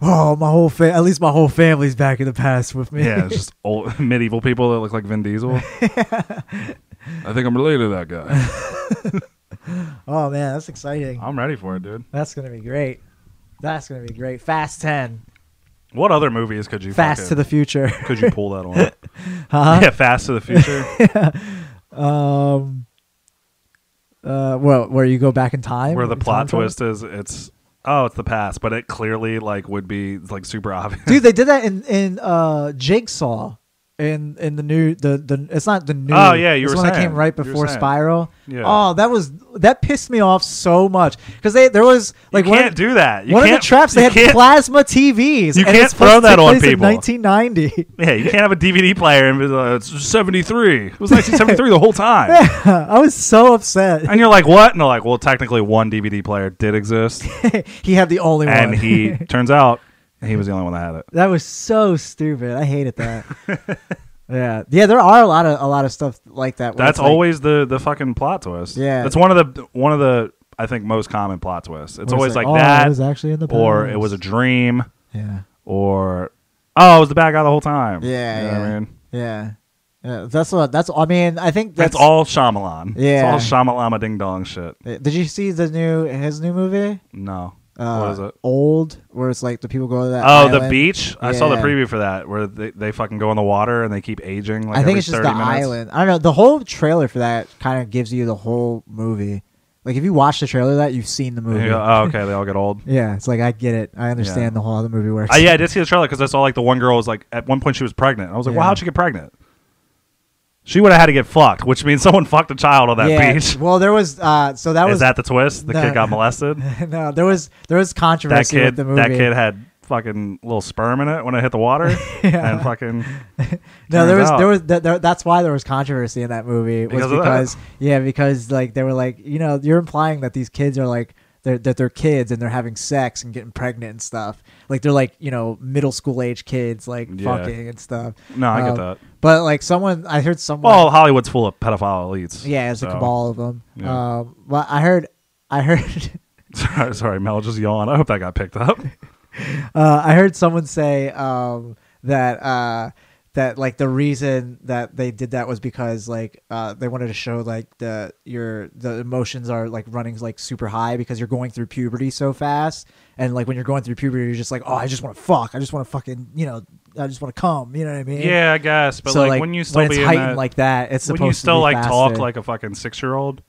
oh my whole fa- at least my whole family's back in the past with me
Yeah, it's just old medieval people that look like Vin Diesel. I think I'm related to that guy.
oh man that's exciting
I'm ready for it, dude.
that's gonna be great that's gonna be great Fast Ten
What other movies could you
Fast to
fucking-
the Future
could you pull that on?
huh
Yeah, Fast to the Future.
Um. Uh, well, where you go back in time?
where the
in time
plot
travel?
twist is it's oh it's the past but it clearly like would be like super obvious
Dude, they did that in in uh Jigsaw. in in the new the the it's not the new.
Oh, yeah, you
it's
were
one that
saying.
came right
You were
before
saying.
Spiral.
Yeah.
Oh, that was that pissed me off so much because they there was like
you
one,
can't do that. You
one of
can't,
the traps they
you
had
can't-
plasma TVs.
You
and
can't
it's supposed
throw
to
that
take
on
place in
people.
1990.
Yeah, you can't have a DVD player and be like, it's 73. It was 1973 the whole time.
I was so upset.
And you're like, what? And they're like, well, technically one DVD player did exist.
he had the only one.
and he turns out he was the only one that had it.
That was so stupid. I hated that. yeah, yeah. There are a lot of a lot of stuff like that. where
That's
it's like-
always the the fucking plot twist.
Yeah.
That's one of the one of the I think most common plot twists. It's
where
always like,
oh,
that
It was actually in the
or
past.
it was a dream
yeah,
or oh, it was the bad guy the whole time.
Yeah,
You know what I
yeah.
mean?
yeah, yeah. That's what. That's. I mean, I think
That's,
that's,
all Shyamalan.
Yeah.
It's all Shyamalama ding dong shit.
Did you see the new his new movie?
No.
Uh,
what is it?
Old, where it's like the people go to that.
Oh, the
island.
beach. I saw the
Yeah.
preview for that where they, they fucking go in the water and they keep aging. Like
I think
every
it's just
30
the
minutes.
island. I don't know. The whole trailer for that kind of gives you the whole movie. Like if you watch the trailer, of that you've seen the
And
movie.
you go, oh, okay, they all get old.
Yeah, it's like I get it. I understand
Yeah.
the whole how the movie works.
Uh, yeah, I did see the trailer because I saw like the one girl was like at one point she was pregnant. I was like, well,
Yeah.
how'd she get pregnant? She would have had to get fucked, which means someone fucked a child on that
Yeah,
beach.
Well, there was uh, so that
Is
was
that the twist? The
No.
kid got molested.
no, there was there was
that
controversy
kid,
with the movie.
that kid had fucking little sperm in it when it hit the water,
Yeah.
and fucking
no, there
turns
was
out.
there was th- there, that's why there was controversy in that movie was
Because of that?
because yeah because like they were like you know you're implying that these kids are like they're, that they're kids and they're having sex and getting pregnant and stuff like they're like you know middle school age kids like
Yeah.
fucking and stuff.
no, I
Um,
get that.
But like someone I heard someone
Well, Hollywood's full of pedophile elites.
yeah it's
so-
a cabal of them.
Yeah.
Um, but I heard I heard.
Sorry, sorry, Mel, just yawned. I hope that got picked up.
uh, I heard someone say um, that uh, that like the reason that they did that was because like uh, they wanted to show like the your the emotions are like running like super high because you're going through puberty so fast and like when you're going through puberty you're just like oh I just want to fuck I just want to fucking you know I just want to come you know what I mean
Yeah, I guess, but
so
like, when you still
when it's
be in
heightened
that,
like that it's supposed
when you
to
still
be
like talk
faster.
like a fucking six year old,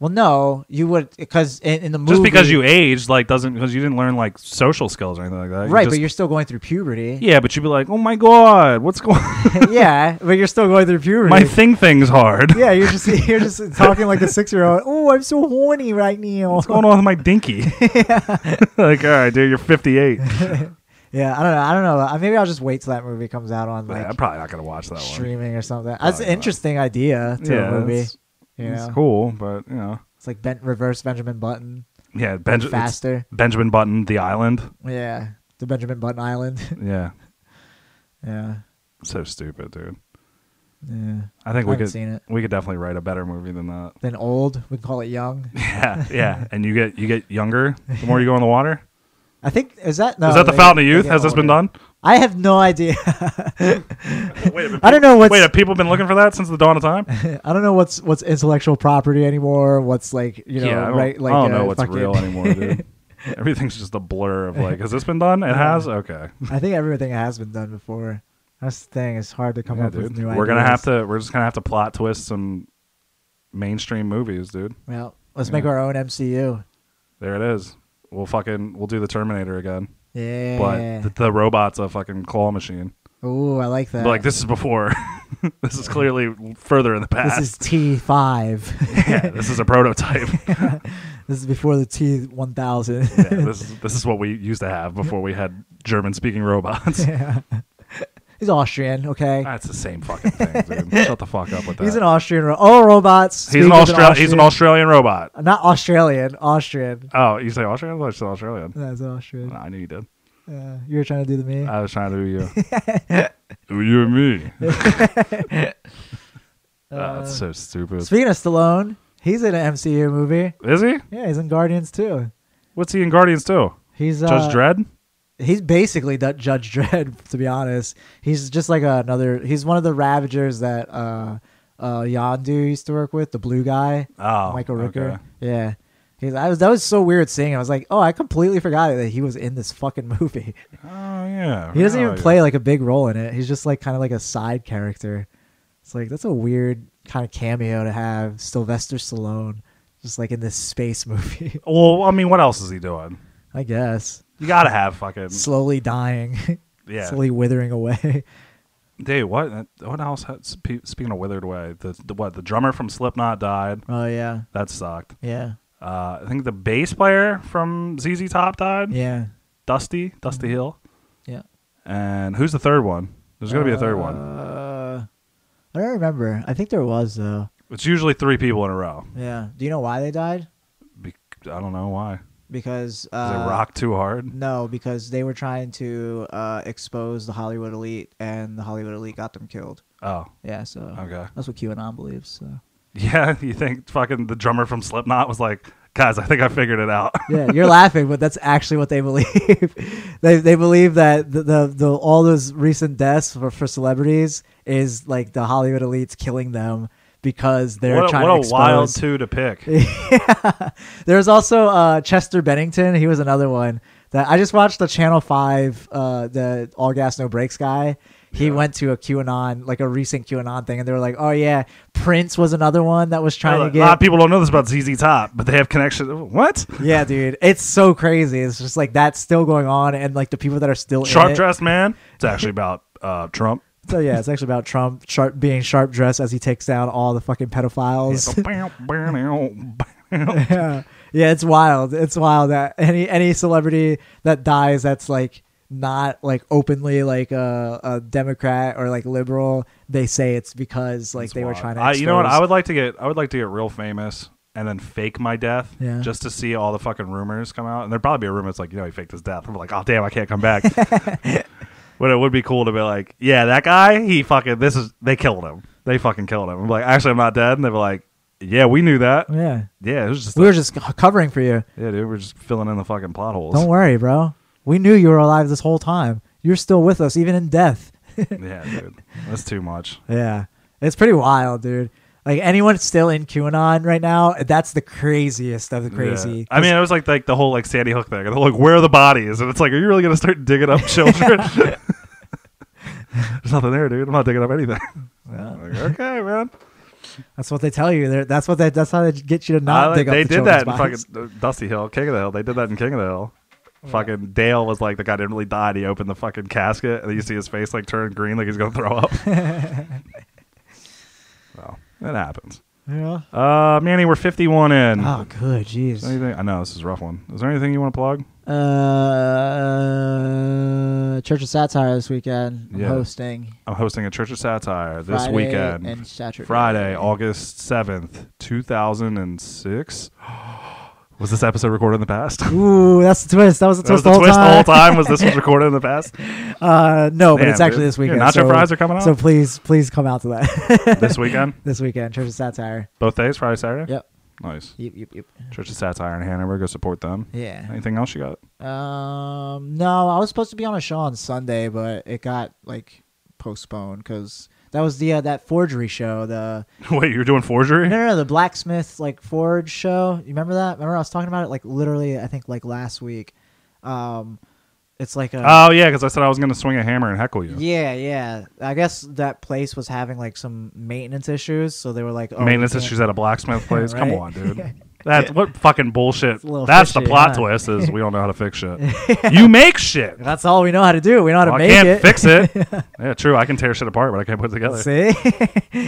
well no you would because in, in the movie
just because you aged like doesn't because you didn't learn like social skills or anything like that. You
right
just-
but you're still going through puberty
yeah, but you'd be like, oh my god, what's going?
yeah but you're still going through puberty
my thing thing's hard.
Yeah, you're just you're just talking like a six year old. Oh, I'm so horny right now.
What's going on with my dinky? like, all right, dude, you're 58.
Yeah, I don't know. I don't know. Uh, Maybe I'll just wait till that movie comes out on
Nah,
like
I'm probably not gonna watch that one.
streaming or something. That's an
not.
interesting idea to
Yeah,
a movie.
it's,
you
it's
know?
cool, but you know,
It's like bent reverse Benjamin Button.
yeah, Benja- it's
faster.
Benjamin Button, The Island.
Yeah, the Benjamin Button Island.
Yeah,
yeah,
so stupid, dude.
yeah.
I think we
haven't
could
seen it.
we could definitely write a better movie than that.
Then old, we can call it young.
Yeah, yeah. And you get you get younger the more you go in the water.
I think is that no,
Is that the
they-
Fountain
they
of Youth?
get
Has this been
older.
done?
I have no idea.
Wait, have
I don't know
peop-
what's
wait, have people been looking for that since the dawn of time?
I don't know what's what's intellectual property anymore. What's like you know
yeah, I don't,
right like
I don't
uh,
know what's
fucking-
real anymore, dude. Everything's just a blur of like, has this been done? It has. Okay.
I think everything has been done before. That's the thing. It's hard to come
Yeah,
up with
dude.
new
We're
ideas.
gonna have to. We're just gonna have to plot twist some mainstream movies, dude.
Well, let's
Yeah.
make our own MCU.
There it is. We'll fucking we'll do the Terminator again,
Yeah.
but the, the robot's a fucking claw machine.
Ooh, I like that.
But like this is before. this is clearly further in the
This
past.
is T five.
yeah, this is a prototype.
this is before the T one thousand.
yeah, this is this is what we used to have before we had German speaking robots.
Yeah. He's Austrian. Okay.
That's the same fucking thing, dude. Shut the fuck up with that.
He's an Austrian. ro- All robots.
He's an,
speak with
Austra- he's an Australian robot.
Not Australian. Austrian.
Oh, you say Australian? I said Australian.
That's Austrian.
Nah, Uh, I knew you did.
Yeah. you were trying to do the meme.
I was trying to do you. Who you and me.
Uh,
oh, that's so stupid.
Speaking of Stallone, he's in an MCU movie.
Is he?
Yeah, he's in Guardians too.
What's he in Guardians too?
He's uh,
Judge Dredd?
he's basically that Judge Dredd, to be honest. He's just like another. He's one of the Ravagers that uh, uh, Yondu used to work with, the blue guy,
Oh,
Michael
okay.
Rooker. Yeah, he's. I was that was so weird seeing. Him. I was like, oh, I completely forgot that he was in this fucking movie.
Oh yeah.
he doesn't even
really.
play like a big role in it. He's just like kind of like a side character. It's like that's a weird kind of cameo to have Sylvester Stallone, just like in this space movie.
Well, I mean, what else is he doing?
I guess
You gotta have fucking
slowly dying.
Mm. yeah.
slowly withering away.
Dude, what? What else? Had, spe- speaking of withered away, the, the what? The drummer from Slipknot died.
Oh yeah,
That sucked.
yeah,
Uh, I think the bass player from ZZ Top died.
yeah,
Dusty, Dusty Hill.
yeah.
And who's the third one? There's gonna be a third one.
Uh, I don't remember. I think there was though.
It's usually three people in a row.
Yeah. Do you know why they died?
Be- I don't know why.
Because
Does
uh,
it rock too hard?
No, because they were trying to uh, expose the Hollywood elite, and the Hollywood elite got them killed.
Oh,
Yeah, so
okay.
that's what QAnon believes. So.
Yeah, you think fucking the drummer from Slipknot was like, guys, I think I figured it out.
yeah, you're laughing, but that's actually what they believe. they they believe that the, the the all those recent deaths for, for celebrities is like the Hollywood elites killing them because they're
what a,
trying
what a
to expose.
wild two to pick.
There's also uh, Chester Bennington. He was another one that I just watched the Channel Five, uh, the All Gas No Breaks guy. He
Yeah.
went to a QAnon, like a recent QAnon thing, and they were like, "Oh yeah, Prince was another one that was trying
a
to get."
lot of people don't know this about ZZ Top, but they have connection. What?
yeah, dude, it's so crazy. It's just like that's still going on, and like the people that are still in
Sharp
it-
dressed man. It's actually about uh, Trump.
So yeah, it's actually about Trump sharp being sharp dressed as he takes down all the fucking pedophiles.
yeah,
yeah. it's wild. It's wild that any any celebrity that dies that's like not like openly like a, a Democrat or like liberal, they say it's because like they were trying to.
I, you know what? I
expose-
would like to get. I would like to get real famous and then fake my death
Yeah.
just to see all the fucking rumors come out. And there'd probably be a rumor that's like, you know, he faked his death. I'm like, oh damn, I can't come back. but it would be cool to be like, yeah, that guy, he fucking this is they killed him. They fucking killed him. I'm like, actually, I'm not dead. And they were like, yeah, we knew that.
Yeah,
Yeah, it was just
we were just c- covering for you.
yeah, dude, we're just filling in the fucking plot holes.
Don't worry, bro. We knew you were alive this whole time. You're still with us, even in death.
yeah, dude, that's too much.
Yeah. It's pretty wild, dude. Like anyone still in QAnon right now, that's the craziest of the
Yeah.
crazy.
I mean, it was like like the whole like Sandy Hook thing. They're like, where are the bodies? And it's like, are you really gonna start digging up children? There's nothing there, dude. I'm not digging up anything.
Yeah.
Like, okay, man.
that's what they tell you. They're, that's what they, that's how they get you to
I
not
like-
dig up
they
the
did
children's
that in
bodies.
fucking uh, Dusty Hill, King of the Hill. They did that in King of the Hill. Fucking Dale was like the guy didn't really die. And he opened the fucking casket, and you see his face like turn green, like he's gonna throw up. well, it happens.
Yeah.
Uh, Manny, we're 51 in.
Oh, good.
Is
Jeez.
there anything? I know this is a rough one. Is there anything you want to plug?
Uh, Church of Satire this weekend. I'm
Yeah.
hosting
I'm hosting a Church of Satire this
Friday
weekend.
and Saturday.
Friday, August 7th, 2006. Was this episode recorded in the past? that
Ooh, that's the twist. That was the
was
twist
the
the whole
twist the
time.
whole time. Was this was recorded in the past?
Uh, no, but
Damn,
it's actually
dude.
this weekend.
Your nacho
so,
fries are coming out?
So please, please come out to that
this weekend?
this weekend. Church of Satire.
Both days, Friday, Saturday?
Yep.
Nice.
Yep. Yep. Yep.
Church of Satire in Hanover. Go support them.
Yeah.
Anything else you got?
Um, no, I was supposed to be on a show on Sunday, but it got like postponed because that was the uh, that forgery show. The
Wait, you're doing forgery?
no, no, no, the blacksmith like forge show. You remember that? Remember I was talking about it like literally, I think like last week. Um, it's like a
Oh, yeah, because I said I was going to swing a hammer and heckle you.
yeah, yeah. I guess that place was having like some maintenance issues, so they were like oh, we
Maintenance
can't-
issues at a blacksmith place. Come
Right?
on, dude. That's what fucking bullshit.
a little
That's the
fishy,
plot
huh?
twist is we don't know how to fix shit. you make shit.
That's all we know how to do. We know how to
Well, I
make
can't
it.
fix it. yeah, true. I can tear shit apart, but I can't put it together.
See.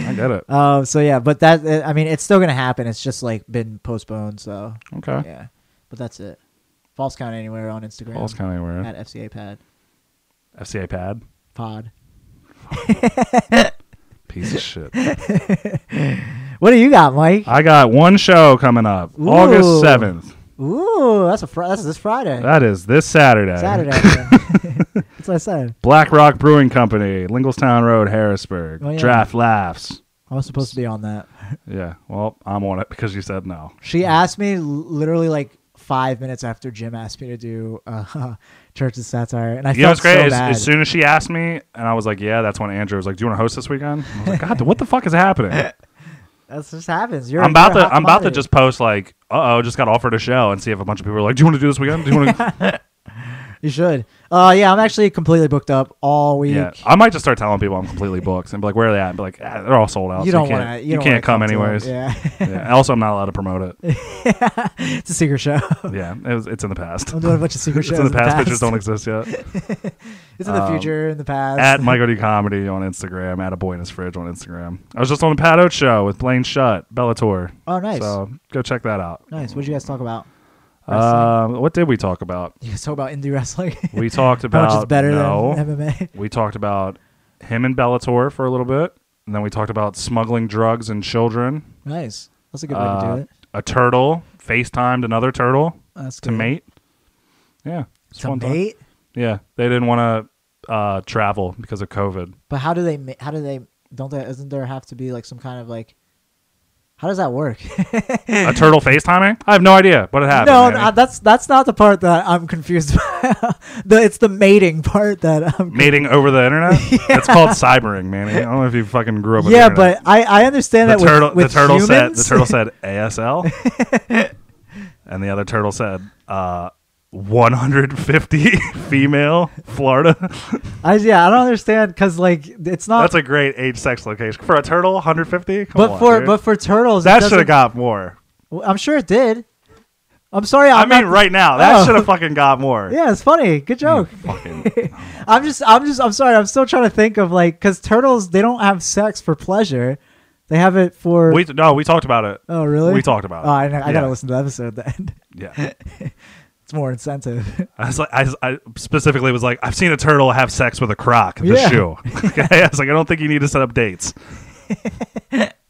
I get it.
Um. So yeah, but that uh, I mean, it's still gonna happen. It's just like been postponed. So
Okay.
yeah, but that's it. False count anywhere on Instagram.
Falls count anywhere.
at FCA Pad
FCA pad.
Pod.
Piece of shit.
What do you got, Mike?
I got one show coming up, August
Ooh.
seventh.
Ooh, that's a fr- that's this Friday,
That is this Saturday.
Saturday. man. that's what I said.
Black Rock Brewing Company, Lingelstown Road, Harrisburg.
Oh, yeah.
Draft laughs.
I was supposed to be on that.
Yeah. Well, I'm on it because you said no.
She asked me l- literally like five minutes after Jim asked me to do uh, Church of Satire, and I
You
felt
know what's great?
so
is,
bad.
as soon as she asked me, and I was like, "Yeah," that's when Andrew was like, "Do you want to host this weekend?" I was like, "God, what the fuck is happening?"
that's just happens. You're
I'm about
you're a
to
hot
I'm about to
commodity.
just post like, uh oh, just got offered a show and see if a bunch of people are like, Do you want to do this weekend? Do you want to
You should. Uh, yeah, I'm actually completely booked up all week.
Yeah, I might just start telling people I'm completely booked and be like, "Where are they at?" And be like, ah, "They're all sold out.
You
so
don't
can't-
want to.
You, can't come, anyways."
Yeah,
Yeah. Also, I'm not allowed to promote it.
it's a secret show.
Yeah, it was, it's in the past.
I'm doing a bunch of secret
It's
shows.
in the past. Pictures don't exist yet.
It's in the
Um,
future, in the past.
at Michael D Comedy on Instagram. At a boy in his fridge on Instagram. I was just on the Pat Oates show with Blaine Shutt, Bellator.
oh, nice,
So go check that out.
nice. What did you guys talk about?
Um, what did we talk about?
You guys talk about indie wrestling.
We talked
How
about
much is better
no.
than MMA?
We talked about him and Bellator for a little bit, and then we talked about smuggling drugs and children.
nice. That's a good way
Uh,
to do it.
A turtle FaceTimed another turtle
That's
to
good.
mate. Yeah, it's
To
fun time.
mate.
Yeah, they didn't want to uh, travel because of COVID.
But how do they? ma- How do they? Don't they? Isn't there have to be like some kind of like? How does that work?
a turtle FaceTiming? I have no idea, but it happened.
no,
Manny.
no, that's that's not the part that I'm confused by. the it's the mating part that I'm.
mating over the internet. It's called cybering, Manny. I don't know if you fucking grew up. With the
yeah,
internet.
but I I understand
the
that with-
turtle,
with,
the turtle said, the
humans.
turtle said ASL, and the other turtle said uh, 150 female Florida.
I yeah, I don't understand because like it's not.
That's a great age sex location for a turtle. 150. Come
but
on,
for
dude.
but for turtles, it
that should
doesn't-
have got more.
Well, I'm sure it did. I'm sorry.
i
I'm
mean,
not-
right now that
Oh.
should have fucking got more.
Yeah, it's funny. Good
You
joke.
Fucking,
I'm just, I'm just, I'm sorry. I'm still trying to think of like, because turtles, they don't have sex for pleasure. They have it for.
we no, we talked about it.
oh, really?
we talked about it.
Oh, I, I
Yeah.
gotta listen to the episode then.
Yeah,
it's more incentive.
I was like, I, I specifically was like, I've seen a turtle have sex with a croc, the
Yeah.
shoe. okay, I was like, I don't think you need to set up dates. All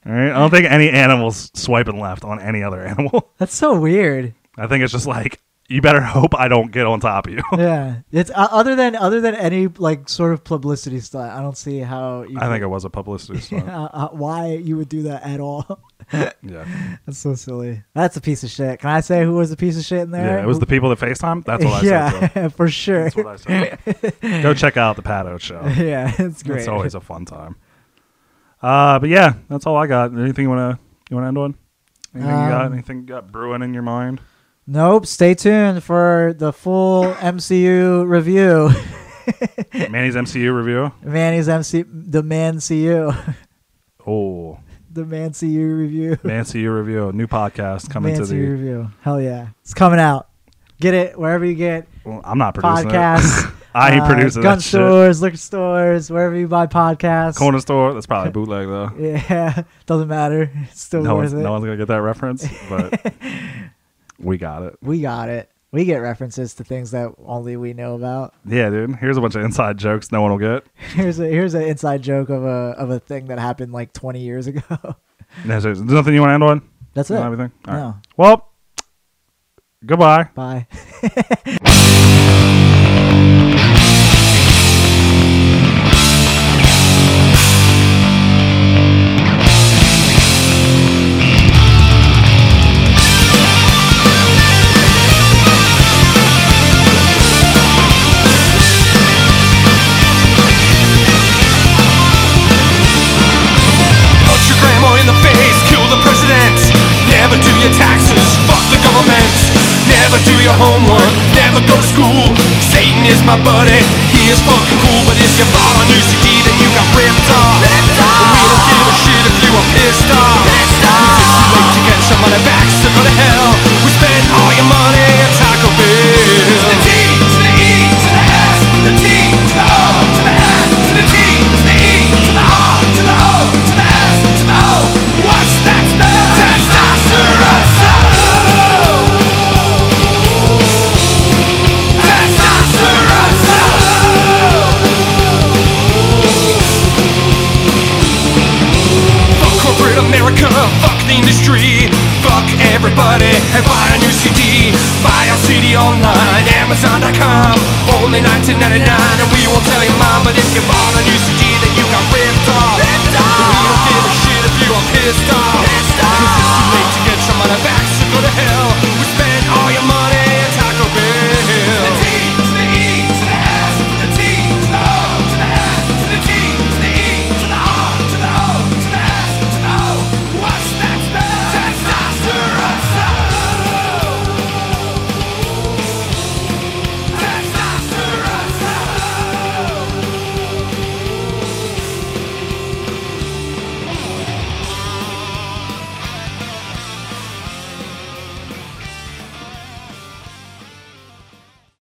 right, I don't think any animals swiping left on any other animal.
That's so weird.
I think it's just like you better hope I don't get on top of you.
yeah, it's uh, other than other than any like sort of publicity stunt. I don't see how. You
I think it
could-
was a publicity stunt.
uh, uh, why you would do that at all?
Yeah,
That's so silly. That's a piece of shit. Can I say who was a piece of shit in there?
yeah. It was the people that Facetime. That's what I said.
yeah,
Joe.
for sure.
That's what I said. Go check out the Pato show.
yeah, it's great.
It's always a fun time. Uh, but yeah, that's all I got. Anything you wanna you wanna end on? Anything you got?
Um,
Anything you got brewing in your mind?
Nope. Stay tuned for the full MCU review.
Manny's MCU review.
Manny's MC, the Man CU,
Oh,
the Man CU review.
Man CU review. New podcast coming
Man
to
CU
the.
review. Hell yeah, it's coming out. Get it wherever you get
Well, I'm not producing it.
podcasts.
I ain't
uh,
producing
gun
that shit.
stores, liquor stores, wherever you buy podcasts.
Corner store. That's probably bootleg though.
Yeah, doesn't matter. It's still
No
worth
one's,
it.
no one's gonna get that reference, but we got it.
we got it. We get references to things that only we know about.
Yeah, dude. Here's a bunch of inside jokes no one will get.
Here's a here's an inside joke of a of a thing that happened like 20 years ago.
That's it. There's nothing you want to end on.
That's it.
Not everything. All right.
No.
Well, goodbye.
Bye.
Punch your grandma in the face, kill the president. Never do your taxes, fuck the government. Never do your homework, never go to school. Satan is my buddy, he is fucking cool. But if you bought a new CD, then you got ripped off. We don't give a shit if you are pissed off. If it's too late to get somebody back, so go to hell. We spent all your money at Taco Bell.
The T to the E to the S, the T to the O to the S, to the T to the E to the R to the O to the S to the O. What's that spell? Testosterone. Testosterone.
Fuck corporate America, fuck the industry, fuck everybody, and buy a new CD. Buy our CD online, Amazon.com, only 19.99, and we won't tell your mom. But if you bought a new CD, then you got ripped off.
Ripped off.
E,